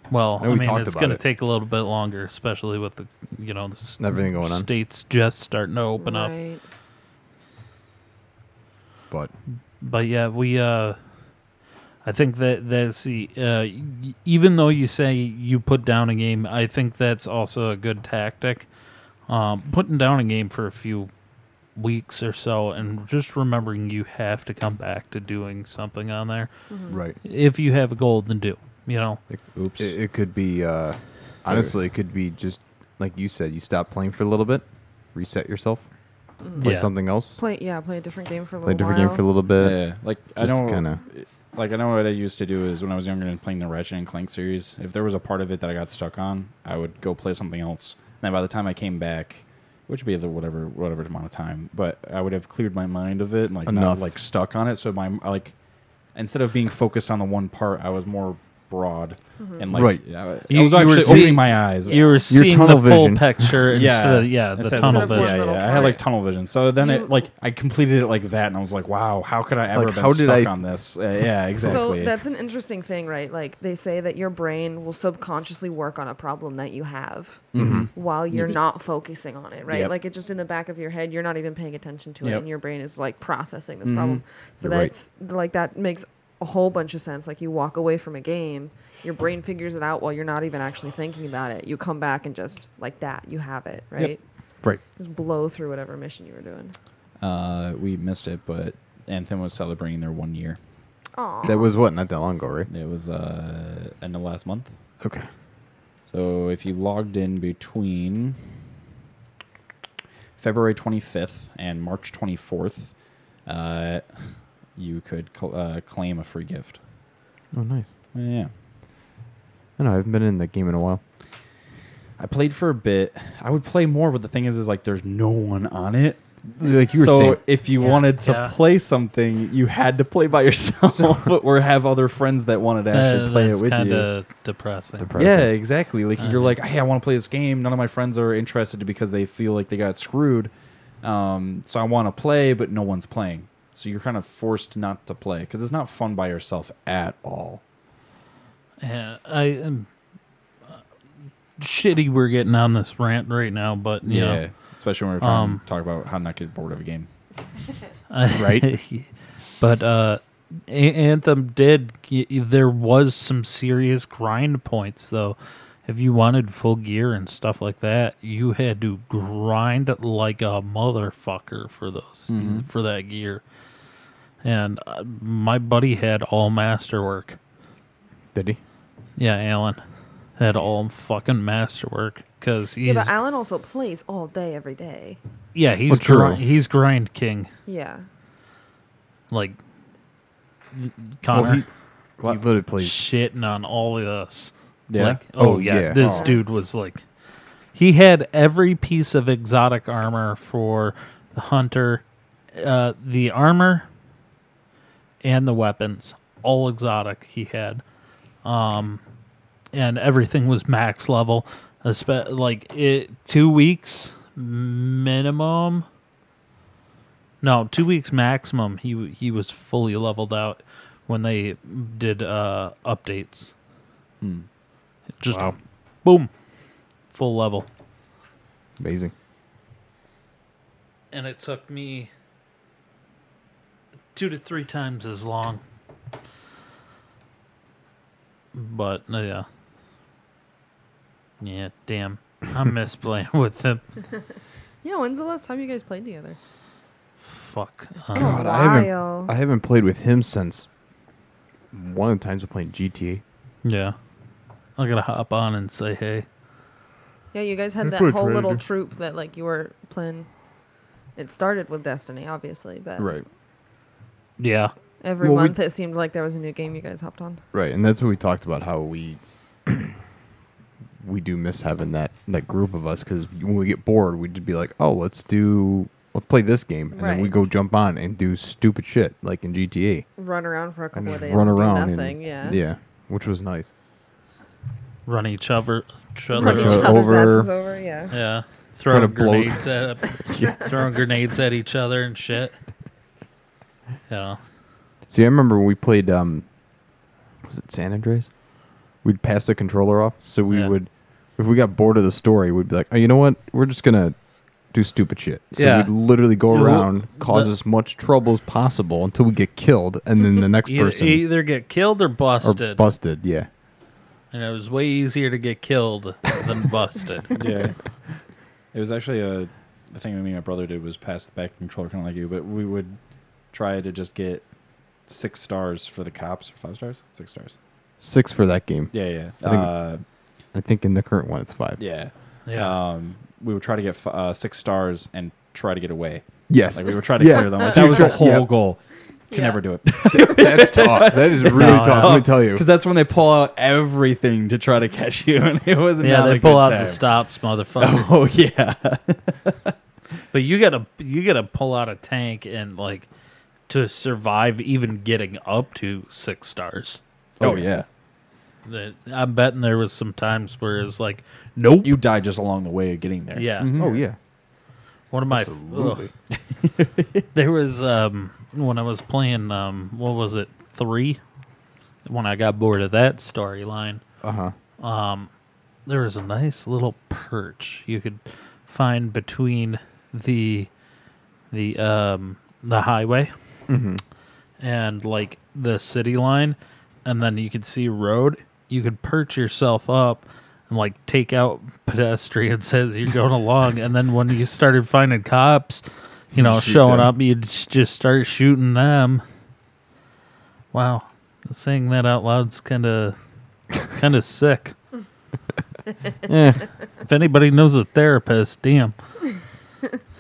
[SPEAKER 2] Well,
[SPEAKER 3] I
[SPEAKER 2] I,
[SPEAKER 3] know we
[SPEAKER 2] mean,
[SPEAKER 3] talked
[SPEAKER 2] it's
[SPEAKER 3] about
[SPEAKER 2] going to
[SPEAKER 3] it.
[SPEAKER 2] take a little bit longer, especially with the you know the s-
[SPEAKER 3] Everything going on.
[SPEAKER 2] states just starting to open up.
[SPEAKER 5] right.
[SPEAKER 3] But
[SPEAKER 2] But yeah, we. uh I think that that's the uh, y- even though you say you put down a game, I think that's also a good tactic. Um, putting down a game for a few weeks or so, and just remembering you have to come back to doing something on there.
[SPEAKER 5] Mm-hmm.
[SPEAKER 3] right,
[SPEAKER 2] if you have a goal, then do. You know,
[SPEAKER 3] it,
[SPEAKER 4] Oops.
[SPEAKER 3] it, it could be. Uh, honestly, it could be just like you said. You stop playing for a little bit, reset yourself, play
[SPEAKER 2] Yeah.
[SPEAKER 3] something else,
[SPEAKER 5] Play yeah. Play a different game for a
[SPEAKER 3] play
[SPEAKER 5] little.
[SPEAKER 3] a different
[SPEAKER 5] while.
[SPEAKER 3] game for a little bit.
[SPEAKER 4] yeah, like I
[SPEAKER 3] Just
[SPEAKER 4] know
[SPEAKER 3] kinda-
[SPEAKER 4] like I know what I used to do is when I was younger and playing the Ratchet and Clank series. If there was a part of it that I got stuck on, I would go play something else. And then by the time I came back, which would be the whatever whatever amount of time, but I would have cleared my mind of it and like
[SPEAKER 3] Enough.
[SPEAKER 4] not like stuck on it. So my like instead of being focused on the one part, I was more broad
[SPEAKER 5] Mm-hmm.
[SPEAKER 4] and like
[SPEAKER 3] Right.
[SPEAKER 4] I, I
[SPEAKER 2] You-
[SPEAKER 4] was
[SPEAKER 2] you were
[SPEAKER 4] actually
[SPEAKER 2] seeing-
[SPEAKER 4] opening my eyes.
[SPEAKER 2] you were seeing the
[SPEAKER 3] tunnel
[SPEAKER 2] full
[SPEAKER 3] vision.
[SPEAKER 2] picture instead of yeah the
[SPEAKER 4] Instead of-
[SPEAKER 2] tunnel
[SPEAKER 5] Instead
[SPEAKER 2] vision.
[SPEAKER 5] of
[SPEAKER 4] Yeah,
[SPEAKER 5] one little
[SPEAKER 4] yeah. I had like
[SPEAKER 5] part.
[SPEAKER 4] tunnel vision. So then
[SPEAKER 5] You-
[SPEAKER 4] it like I completed it like that, and I was like, wow, how could I ever
[SPEAKER 3] Like,
[SPEAKER 4] have been
[SPEAKER 3] how did
[SPEAKER 4] stuck
[SPEAKER 3] I-
[SPEAKER 4] on this? Uh, yeah, exactly.
[SPEAKER 5] So that's an interesting thing, right? Like they say that your brain will subconsciously work on a problem that you have
[SPEAKER 2] Mm-hmm.
[SPEAKER 5] while you're not focusing on it, right?
[SPEAKER 4] Yep.
[SPEAKER 5] Like it's just in the back of your head, you're not even paying attention to it,
[SPEAKER 4] Yep.
[SPEAKER 5] and your brain is like processing this problem. So
[SPEAKER 3] Mm-hmm. You're right.
[SPEAKER 5] that's like that makes a whole bunch of sense. Like you walk away from a game, your brain figures it out while you're not even actually thinking about it. You come back and just like that, you have it, right?
[SPEAKER 3] Right.
[SPEAKER 5] Just blow through whatever mission you were doing.
[SPEAKER 4] Uh, we missed it, but Anthem was celebrating their one year.
[SPEAKER 5] Aw.
[SPEAKER 3] That was what not that long ago, right?
[SPEAKER 4] It was uh, end of last month.
[SPEAKER 3] Okay.
[SPEAKER 4] So if you logged in between February 25th and March 24th, uh, you could cl- uh, claim a free gift.
[SPEAKER 3] Oh, nice.
[SPEAKER 4] Yeah.
[SPEAKER 3] I know I haven't been in that game in a while.
[SPEAKER 4] I played for a bit. I would play more, but the thing is, is like there's no one on it.
[SPEAKER 3] Like you were
[SPEAKER 4] so
[SPEAKER 3] saying,
[SPEAKER 4] if you wanted to
[SPEAKER 2] Yeah.
[SPEAKER 4] play something, you had to play by yourself, or have other friends that wanted to actually
[SPEAKER 2] That-
[SPEAKER 4] play it
[SPEAKER 2] that's
[SPEAKER 4] with you.
[SPEAKER 2] kinda Uh-huh. depressing.
[SPEAKER 3] depressing.
[SPEAKER 4] Yeah, exactly. Like you're like, hey, I want to play this game. None of my friends are interested because they feel like they got screwed. Um, so I want to play, but no one's playing. So you're kind of forced not to play because it's not fun by yourself at all.
[SPEAKER 2] And I am shitty we're getting on this rant right now, but you know,
[SPEAKER 4] especially when we're trying
[SPEAKER 2] Um,
[SPEAKER 4] to talk about how not get bored of a game.
[SPEAKER 2] right? but uh, A- Anthem did. y- y- There was some serious grind points though. If you wanted full gear and stuff like that, you had to grind like a motherfucker for those for that gear. And uh, my buddy had all masterwork.
[SPEAKER 3] did he?
[SPEAKER 2] Yeah, Alan had all fucking masterwork because he's
[SPEAKER 5] Yeah, but Alan also plays all day, every day.
[SPEAKER 2] Yeah, he's
[SPEAKER 3] Well, true.
[SPEAKER 2] grind, he's grind king.
[SPEAKER 5] Yeah.
[SPEAKER 2] Like Connor
[SPEAKER 3] he, he literally plays.
[SPEAKER 2] shitting on all of us.
[SPEAKER 4] Yeah?
[SPEAKER 2] Like, oh,
[SPEAKER 3] Oh,
[SPEAKER 2] yeah,
[SPEAKER 3] yeah.
[SPEAKER 2] this dude was like he had every piece of exotic armor for the hunter, uh, the armor and the weapons, all exotic he had. Um and everything was max level. Espe- like it 2 weeks minimum No, two weeks maximum. He he was fully leveled out when they did uh, updates. Just boom, full level.
[SPEAKER 3] Amazing.
[SPEAKER 2] And it took me two to three times as long. But uh, yeah, yeah. Damn, I miss playing with them.
[SPEAKER 5] Yeah, when's the last time you guys played together?
[SPEAKER 2] Fuck.
[SPEAKER 5] Been
[SPEAKER 2] Um,
[SPEAKER 3] God, I haven't-
[SPEAKER 5] while.
[SPEAKER 3] I haven't played with him since one of the times we played GTA.
[SPEAKER 2] yeah, I'm gonna hop on and say hey.
[SPEAKER 5] Yeah, you guys had that whole little troop that like you were playing. It started with Destiny, obviously, but
[SPEAKER 2] Yeah.
[SPEAKER 5] every
[SPEAKER 3] Well, we-
[SPEAKER 5] month it seemed like there was a new game you guys hopped on.
[SPEAKER 3] Right, and that's what we talked about how we we do miss having that that group of us because when we get bored, we'd just be like, "Oh, let's do let's play this game," and then we
[SPEAKER 5] Right.
[SPEAKER 3] go jump on and do stupid shit like in GTA
[SPEAKER 5] Run around for a
[SPEAKER 3] and
[SPEAKER 5] couple of
[SPEAKER 3] just
[SPEAKER 5] days.
[SPEAKER 3] run
[SPEAKER 5] and do
[SPEAKER 3] around and
[SPEAKER 5] Nothing. yeah.
[SPEAKER 3] yeah, which was nice.
[SPEAKER 2] run each other, each other
[SPEAKER 5] Run
[SPEAKER 3] Like
[SPEAKER 5] each
[SPEAKER 3] a-
[SPEAKER 5] other's
[SPEAKER 2] over.
[SPEAKER 3] over-
[SPEAKER 5] asses over. Yeah.
[SPEAKER 2] Yeah, throwing
[SPEAKER 3] to blow-
[SPEAKER 2] grenades at throwing grenades at each other and shit. Yeah,
[SPEAKER 3] See, I remember when we played um was it San Andreas? We'd pass the controller off, so we
[SPEAKER 2] Yeah.
[SPEAKER 3] would if we got bored of the story, we'd be like, "Oh, you know what? We're just gonna." Do stupid shit. So
[SPEAKER 4] Yeah.
[SPEAKER 3] we'd literally go
[SPEAKER 2] Yeah, well,
[SPEAKER 3] around, cause
[SPEAKER 2] the-
[SPEAKER 3] as much trouble as possible until we get killed, and then the next
[SPEAKER 2] either,
[SPEAKER 3] person
[SPEAKER 2] E-, either get killed or busted,
[SPEAKER 3] Or busted, yeah.
[SPEAKER 2] and it was way easier to get killed than busted.
[SPEAKER 4] yeah. It was actually a the thing me and my brother did was pass the back controller kind of like you, but we would try to just get six stars for the cops or five stars, six stars.
[SPEAKER 3] Six for that game.
[SPEAKER 4] Yeah, yeah.
[SPEAKER 3] I think-
[SPEAKER 4] uh,
[SPEAKER 3] I think in the current one it's five.
[SPEAKER 4] yeah.
[SPEAKER 2] Yeah,
[SPEAKER 4] Um, we would try to get f- uh, six stars and try to get away.
[SPEAKER 3] Yes.
[SPEAKER 4] Like we were trying to
[SPEAKER 3] Yeah.
[SPEAKER 4] clear them. Like, that was the
[SPEAKER 3] Yeah.
[SPEAKER 4] whole goal. Can
[SPEAKER 5] Yeah.
[SPEAKER 4] never do it
[SPEAKER 3] that's tough. That is really
[SPEAKER 2] That's
[SPEAKER 3] tough, let me tell you.
[SPEAKER 4] because that's when they pull out everything to try to catch you, and it wasn't.
[SPEAKER 2] yeah,
[SPEAKER 4] not
[SPEAKER 2] they
[SPEAKER 4] a
[SPEAKER 2] pull
[SPEAKER 4] good
[SPEAKER 2] out
[SPEAKER 4] time.
[SPEAKER 2] the stops, motherfucker.
[SPEAKER 4] Oh yeah,
[SPEAKER 2] But you gotta you gotta pull out a tank and like to survive even getting up to six stars.
[SPEAKER 4] oh yeah.
[SPEAKER 2] The- I'm betting there was some times where it's like, nope.
[SPEAKER 4] You die just along the way of getting there.
[SPEAKER 2] yeah,
[SPEAKER 3] Oh yeah.
[SPEAKER 2] One of my
[SPEAKER 3] Absolutely.
[SPEAKER 2] ugh. there was um when I was playing um what was it three when I got bored of that storyline
[SPEAKER 3] Uh huh.
[SPEAKER 2] there was a nice little perch you could find between the the um the highway
[SPEAKER 3] Mm-hmm.
[SPEAKER 2] and like the city line and then you could see road you could perch yourself up and like take out pedestrians as you're going along and then when you started finding cops you know
[SPEAKER 3] Shoot
[SPEAKER 2] showing
[SPEAKER 3] them.
[SPEAKER 2] up you'd s- just start shooting them Wow, saying that out loud's kind of kind of sick. Eh. if anybody knows a therapist, damn.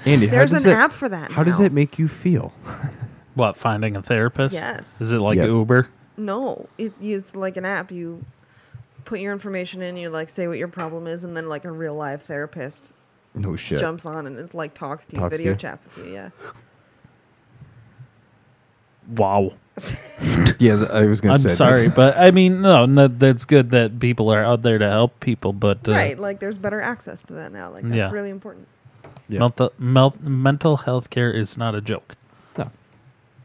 [SPEAKER 3] Andy,
[SPEAKER 5] There's
[SPEAKER 3] how does
[SPEAKER 5] an
[SPEAKER 3] it,
[SPEAKER 5] app for that.
[SPEAKER 3] How does
[SPEAKER 5] now.
[SPEAKER 3] it make you feel?
[SPEAKER 2] What finding a therapist?
[SPEAKER 5] Yes.
[SPEAKER 2] Is it like
[SPEAKER 3] Yes.
[SPEAKER 2] Uber?
[SPEAKER 5] No, it, it's like an app. You put your information in, you like say what your problem is, and then like a real live therapist
[SPEAKER 3] No shit.
[SPEAKER 5] jumps on and it like talks to you,
[SPEAKER 3] Talks to
[SPEAKER 5] video
[SPEAKER 3] you.
[SPEAKER 5] chats with you. Yeah.
[SPEAKER 2] Wow.
[SPEAKER 3] Yeah, th- I was gonna
[SPEAKER 2] I'm
[SPEAKER 3] say.
[SPEAKER 2] sorry,
[SPEAKER 3] that's-
[SPEAKER 2] but I mean, no, no, that's good that people are out there to help people, but uh,
[SPEAKER 5] right. Like there's better access to that now. Like that's
[SPEAKER 2] Yeah.
[SPEAKER 5] really important.
[SPEAKER 3] Yeah.
[SPEAKER 2] mental, mel- mental health care is not a joke.
[SPEAKER 3] No.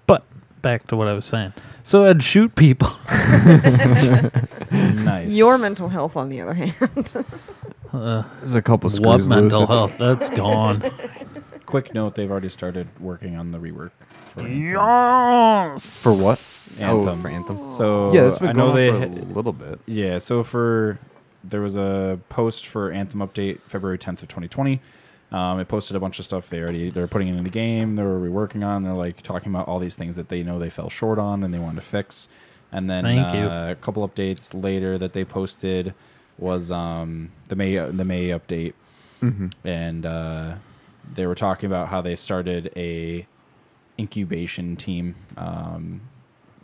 [SPEAKER 2] But back to what I was saying. So I'd shoot people.
[SPEAKER 4] nice.
[SPEAKER 5] Your mental health, on the other hand.
[SPEAKER 2] Uh,
[SPEAKER 3] There's a couple screws
[SPEAKER 2] what
[SPEAKER 3] loose.
[SPEAKER 2] mental
[SPEAKER 3] It's-
[SPEAKER 2] health? That's gone.
[SPEAKER 4] Quick note: They've already started working on the rework for Anthem.
[SPEAKER 2] yes.
[SPEAKER 3] For what? Oh,
[SPEAKER 4] Anthem.
[SPEAKER 3] for Anthem.
[SPEAKER 4] So
[SPEAKER 3] Yeah, that's been
[SPEAKER 4] I know
[SPEAKER 3] going
[SPEAKER 4] they
[SPEAKER 3] on for
[SPEAKER 4] ha-
[SPEAKER 3] a little bit.
[SPEAKER 4] Yeah, so for there was a post for Anthem update February 10th of 2020. Um, it posted a bunch of stuff they already they're putting into the game. They were reworking on. They're like talking about all these things that they know they fell short on and they wanted to fix. And then
[SPEAKER 2] Thank you.
[SPEAKER 4] uh, a couple updates later that they posted was um, the May the May update, and uh, they were talking about how they started a incubation team. Um,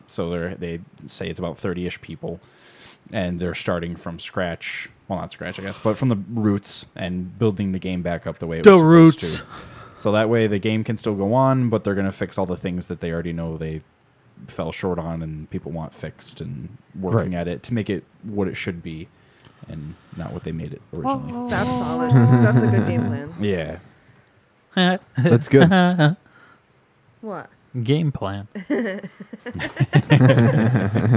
[SPEAKER 4] so they they say it's about 30ish people and they're starting from scratch. Well, not scratch, I guess, but from the roots and building the game back up the way it was
[SPEAKER 2] The
[SPEAKER 4] supposed
[SPEAKER 2] roots.
[SPEAKER 4] to. So that way the game can still go on, but they're going to fix all the things that they already know they fell short on and people want fixed and working at it to make it what it should be and not what they made it originally.
[SPEAKER 5] That's solid. That's a good game plan.
[SPEAKER 4] Yeah.
[SPEAKER 3] That's good.
[SPEAKER 5] What?
[SPEAKER 2] Game plan.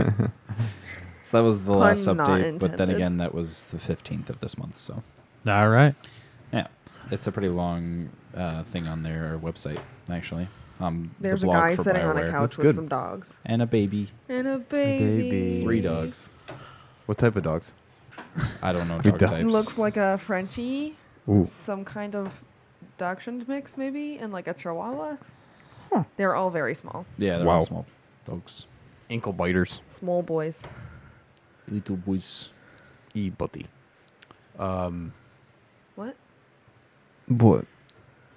[SPEAKER 4] So that was the
[SPEAKER 5] Pun
[SPEAKER 4] last
[SPEAKER 5] not
[SPEAKER 4] update, but then
[SPEAKER 5] intended.
[SPEAKER 4] again that was the 15th of this month, so
[SPEAKER 2] All right.
[SPEAKER 4] yeah. It's a pretty long uh, thing on their website actually. Um, the
[SPEAKER 5] There's a
[SPEAKER 4] blog
[SPEAKER 5] guy
[SPEAKER 4] for
[SPEAKER 5] sitting on a
[SPEAKER 4] BioWare.
[SPEAKER 5] couch
[SPEAKER 3] That's
[SPEAKER 5] with
[SPEAKER 3] good.
[SPEAKER 5] some dogs
[SPEAKER 4] and a baby.
[SPEAKER 5] and a baby.
[SPEAKER 3] baby.
[SPEAKER 4] Three dogs.
[SPEAKER 3] What type of dogs?
[SPEAKER 4] I don't know
[SPEAKER 3] Three
[SPEAKER 4] dog
[SPEAKER 3] dogs.
[SPEAKER 4] types.
[SPEAKER 5] Looks like a Frenchie,
[SPEAKER 3] Ooh.
[SPEAKER 5] some kind of dachshund mix maybe, and like a Chihuahua. They're all very small,
[SPEAKER 4] yeah, they're
[SPEAKER 3] Wow.
[SPEAKER 4] all small dogs.
[SPEAKER 3] Ankle biters.
[SPEAKER 5] small boys.
[SPEAKER 4] Little boys.
[SPEAKER 3] E butty.
[SPEAKER 5] What?
[SPEAKER 3] What?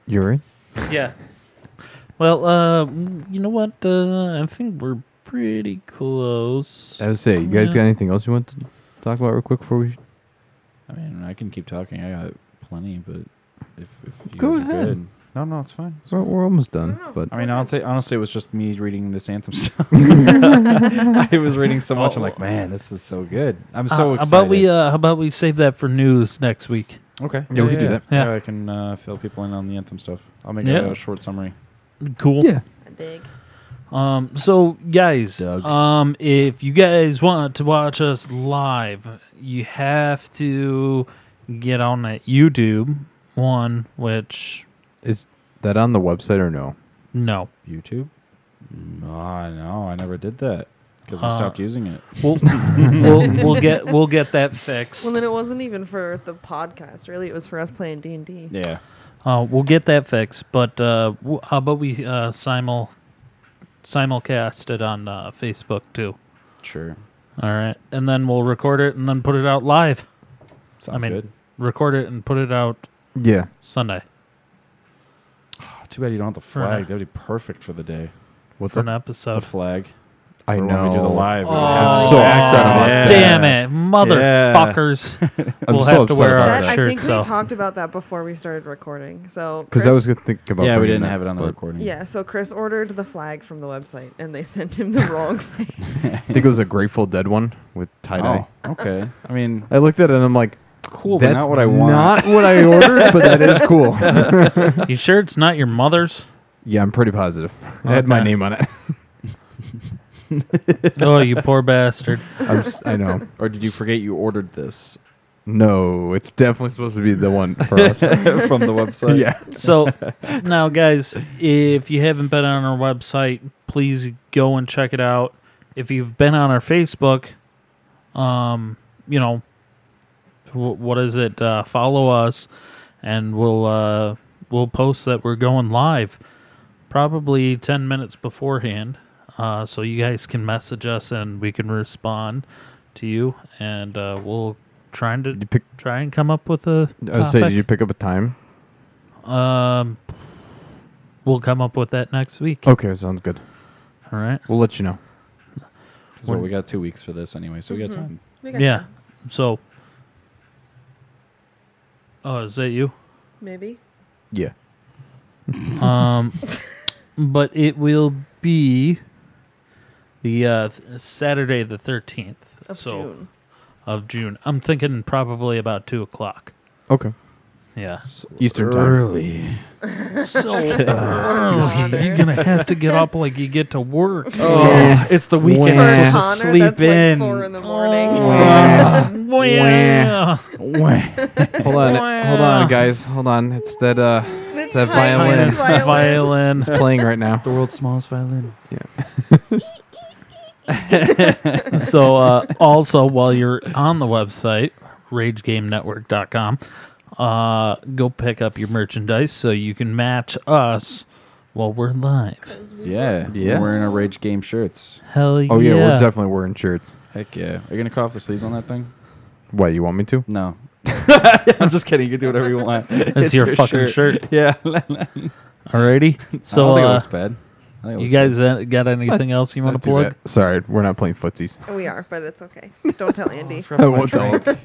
[SPEAKER 3] Urine?
[SPEAKER 2] Yeah. Well, uh, you know what? Uh, I think we're pretty close.
[SPEAKER 3] I would say, you guys got anything else you want to talk about real quick before we?
[SPEAKER 4] I mean, I can keep talking. I got plenty, but if, if you
[SPEAKER 3] Go
[SPEAKER 4] guys
[SPEAKER 3] ahead.
[SPEAKER 4] are good. No, no, it's fine.
[SPEAKER 3] We're, we're almost done,
[SPEAKER 5] No, no.
[SPEAKER 3] but
[SPEAKER 4] I mean, I'll say, honestly, it was just me reading this anthem stuff. I was reading so much. I'm like, man, this is so good. I'm
[SPEAKER 2] Uh,
[SPEAKER 4] so
[SPEAKER 2] how
[SPEAKER 4] excited.
[SPEAKER 2] about we? Uh, how about we save that for news next week?
[SPEAKER 4] okay.
[SPEAKER 3] Yeah, we can do that.
[SPEAKER 4] Yeah.
[SPEAKER 2] Yeah.
[SPEAKER 4] I can uh, fill people in on the anthem stuff. I'll make
[SPEAKER 2] Yeah.
[SPEAKER 4] a short summary.
[SPEAKER 2] Cool.
[SPEAKER 3] yeah,
[SPEAKER 5] I dig.
[SPEAKER 2] Um, so guys,
[SPEAKER 4] Doug.
[SPEAKER 2] um, if you guys want to watch us live, you have to get on that YouTube one, which
[SPEAKER 3] is that on the website or no?
[SPEAKER 2] no,
[SPEAKER 4] YouTube? Ah, no, I never did that because we
[SPEAKER 2] Uh,
[SPEAKER 4] stopped using it.
[SPEAKER 2] we'll, we'll we'll get we'll get that fixed.
[SPEAKER 5] Well, then it wasn't even for the podcast, really. It was for us playing D and D.
[SPEAKER 4] Yeah.
[SPEAKER 2] Uh, we'll get that fixed, but uh, w- how about we uh, simul simulcast it on uh, Facebook too?
[SPEAKER 4] Sure.
[SPEAKER 2] All right, and then we'll record it and then put it out live.
[SPEAKER 4] Sounds
[SPEAKER 2] I mean,
[SPEAKER 4] good.
[SPEAKER 2] Record it and put it out
[SPEAKER 3] Yeah,
[SPEAKER 2] Sunday
[SPEAKER 4] Oh, too bad you don't have the
[SPEAKER 2] For an-
[SPEAKER 4] flag. That'd be perfect for the day.
[SPEAKER 3] what's
[SPEAKER 2] for an
[SPEAKER 3] up?
[SPEAKER 4] The
[SPEAKER 2] episode.
[SPEAKER 4] flag.
[SPEAKER 3] I
[SPEAKER 4] for
[SPEAKER 3] know.
[SPEAKER 4] When we do the live. we
[SPEAKER 2] Oh,
[SPEAKER 4] have
[SPEAKER 3] so
[SPEAKER 4] flags.
[SPEAKER 3] upset about that.
[SPEAKER 4] Yeah.
[SPEAKER 2] Damn it, motherfuckers!
[SPEAKER 3] I'm
[SPEAKER 2] we'll
[SPEAKER 3] so
[SPEAKER 2] have to
[SPEAKER 3] upset
[SPEAKER 2] wear
[SPEAKER 3] about
[SPEAKER 2] our
[SPEAKER 5] That, I think
[SPEAKER 2] shirts
[SPEAKER 5] we
[SPEAKER 2] out.
[SPEAKER 5] talked about that before we started recording. So
[SPEAKER 3] Because
[SPEAKER 5] Chris,
[SPEAKER 3] I was gonna think about.
[SPEAKER 4] Yeah, we
[SPEAKER 3] bringing
[SPEAKER 4] didn't
[SPEAKER 3] that,
[SPEAKER 4] have it on the
[SPEAKER 3] but
[SPEAKER 4] recording.
[SPEAKER 5] yeah. So Chris ordered the flag from the website, and they sent him the wrong flag.
[SPEAKER 3] I think it was a Grateful Dead one with tie dye.
[SPEAKER 4] Oh, okay. I mean,
[SPEAKER 3] I looked at it and I'm like,
[SPEAKER 4] cool, but
[SPEAKER 3] that's
[SPEAKER 4] not what I want.
[SPEAKER 3] Not what I ordered, but that is cool.
[SPEAKER 2] you sure it's not your mother's?
[SPEAKER 3] yeah, I'm pretty positive. It had my
[SPEAKER 2] Okay.
[SPEAKER 3] name on it.
[SPEAKER 2] Oh, you poor bastard!
[SPEAKER 3] I'm s- I know.
[SPEAKER 4] or did you forget you ordered this
[SPEAKER 3] No, it's definitely supposed to be the one for us.
[SPEAKER 4] from the website?
[SPEAKER 3] yeah.
[SPEAKER 2] So now, guys, if you haven't been on our website, please go and check it out. If you've been on our Facebook, um, you know, wh- what is it? Uh, follow us, and we'll uh, we'll post that we're going live, probably ten minutes beforehand. Uh, so you guys can message us and we can respond to you, and uh, we'll try and
[SPEAKER 3] You pick,
[SPEAKER 2] try and come up with a
[SPEAKER 3] I was say, did you
[SPEAKER 2] topic.
[SPEAKER 3] pick up a time?
[SPEAKER 2] um, we'll come up with that next week.
[SPEAKER 3] Okay, sounds good.
[SPEAKER 2] All right.
[SPEAKER 3] We'll let you know.
[SPEAKER 4] So we got two weeks for this anyway, so we got time.
[SPEAKER 5] We got
[SPEAKER 2] Yeah.
[SPEAKER 5] time.
[SPEAKER 2] So. Oh, is that you?
[SPEAKER 5] Maybe.
[SPEAKER 3] Yeah.
[SPEAKER 2] Um, but it will be the uh, th- Saturday the thirteenth
[SPEAKER 5] Of June.
[SPEAKER 2] of June. I'm thinking probably about two o'clock.
[SPEAKER 3] Okay.
[SPEAKER 2] Yeah.
[SPEAKER 3] Eastern time.
[SPEAKER 4] Early.
[SPEAKER 2] So you're gonna have to get up like you get to work.
[SPEAKER 4] Oh, it's the weekend.
[SPEAKER 5] For
[SPEAKER 4] Just
[SPEAKER 5] Connor,
[SPEAKER 4] sleep
[SPEAKER 5] that's
[SPEAKER 4] in.
[SPEAKER 5] like four in the morning.
[SPEAKER 2] Wah.
[SPEAKER 3] Hold on, hold on, guys. Hold on. It's that uh,
[SPEAKER 5] It's
[SPEAKER 3] That
[SPEAKER 5] time
[SPEAKER 3] violin.
[SPEAKER 5] to
[SPEAKER 2] Tiny
[SPEAKER 5] play violin.
[SPEAKER 2] violin.
[SPEAKER 3] it's playing right now.
[SPEAKER 4] the world's smallest violin.
[SPEAKER 2] so uh, also while you're on the website ragegamenetwork.com uh, go pick up your merchandise so you can match us while we're live
[SPEAKER 4] Yeah.
[SPEAKER 3] Yeah.
[SPEAKER 4] We're wearing our Rage Game shirts.
[SPEAKER 2] hell yeah
[SPEAKER 3] Oh yeah, we're definitely wearing shirts.
[SPEAKER 4] Heck yeah. Are you going to cut off the sleeves on that thing?
[SPEAKER 3] What you want me to?
[SPEAKER 4] No. I'm just kidding. You can do whatever you want.
[SPEAKER 2] it's, your, fucking shirt,
[SPEAKER 4] Yeah.
[SPEAKER 2] alrighty
[SPEAKER 4] So,
[SPEAKER 2] so
[SPEAKER 4] I don't think it
[SPEAKER 2] uh,
[SPEAKER 4] looks bad. I think it
[SPEAKER 2] you
[SPEAKER 4] looks
[SPEAKER 2] guys uh, got anything else you want
[SPEAKER 3] Not
[SPEAKER 2] to
[SPEAKER 3] too
[SPEAKER 2] plug
[SPEAKER 3] bad. Sorry, we're not playing footsies.
[SPEAKER 5] We are, but it's okay. Don't tell Andy.
[SPEAKER 3] I won't tell.
[SPEAKER 4] bad.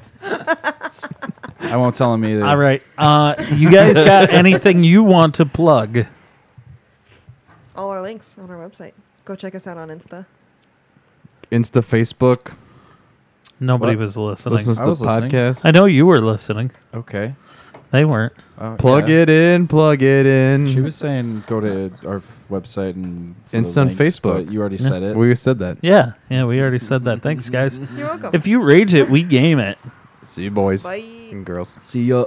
[SPEAKER 4] I won't tell him either.
[SPEAKER 2] all right uh, you guys got anything you want to plug
[SPEAKER 5] All our links on our website. Go check us out on Insta.
[SPEAKER 3] Insta, Facebook.
[SPEAKER 2] nobody
[SPEAKER 4] What?
[SPEAKER 2] was listening
[SPEAKER 3] Listen to
[SPEAKER 4] I
[SPEAKER 3] the
[SPEAKER 4] was listening.
[SPEAKER 3] podcast.
[SPEAKER 2] i know you were listening
[SPEAKER 4] Okay.
[SPEAKER 2] they weren't
[SPEAKER 4] Oh,
[SPEAKER 3] Plug
[SPEAKER 4] yeah.
[SPEAKER 3] it in. Plug it in.
[SPEAKER 4] She was saying go to our website and for the
[SPEAKER 3] It's on
[SPEAKER 4] links,
[SPEAKER 3] Facebook.
[SPEAKER 4] but You already
[SPEAKER 2] Yeah.
[SPEAKER 4] said it.
[SPEAKER 3] we said that.
[SPEAKER 2] yeah yeah we already said that thanks guys
[SPEAKER 5] You're welcome.
[SPEAKER 2] if you rage it we game it
[SPEAKER 3] See you, boys
[SPEAKER 5] Bye.
[SPEAKER 3] and girls.
[SPEAKER 4] See ya.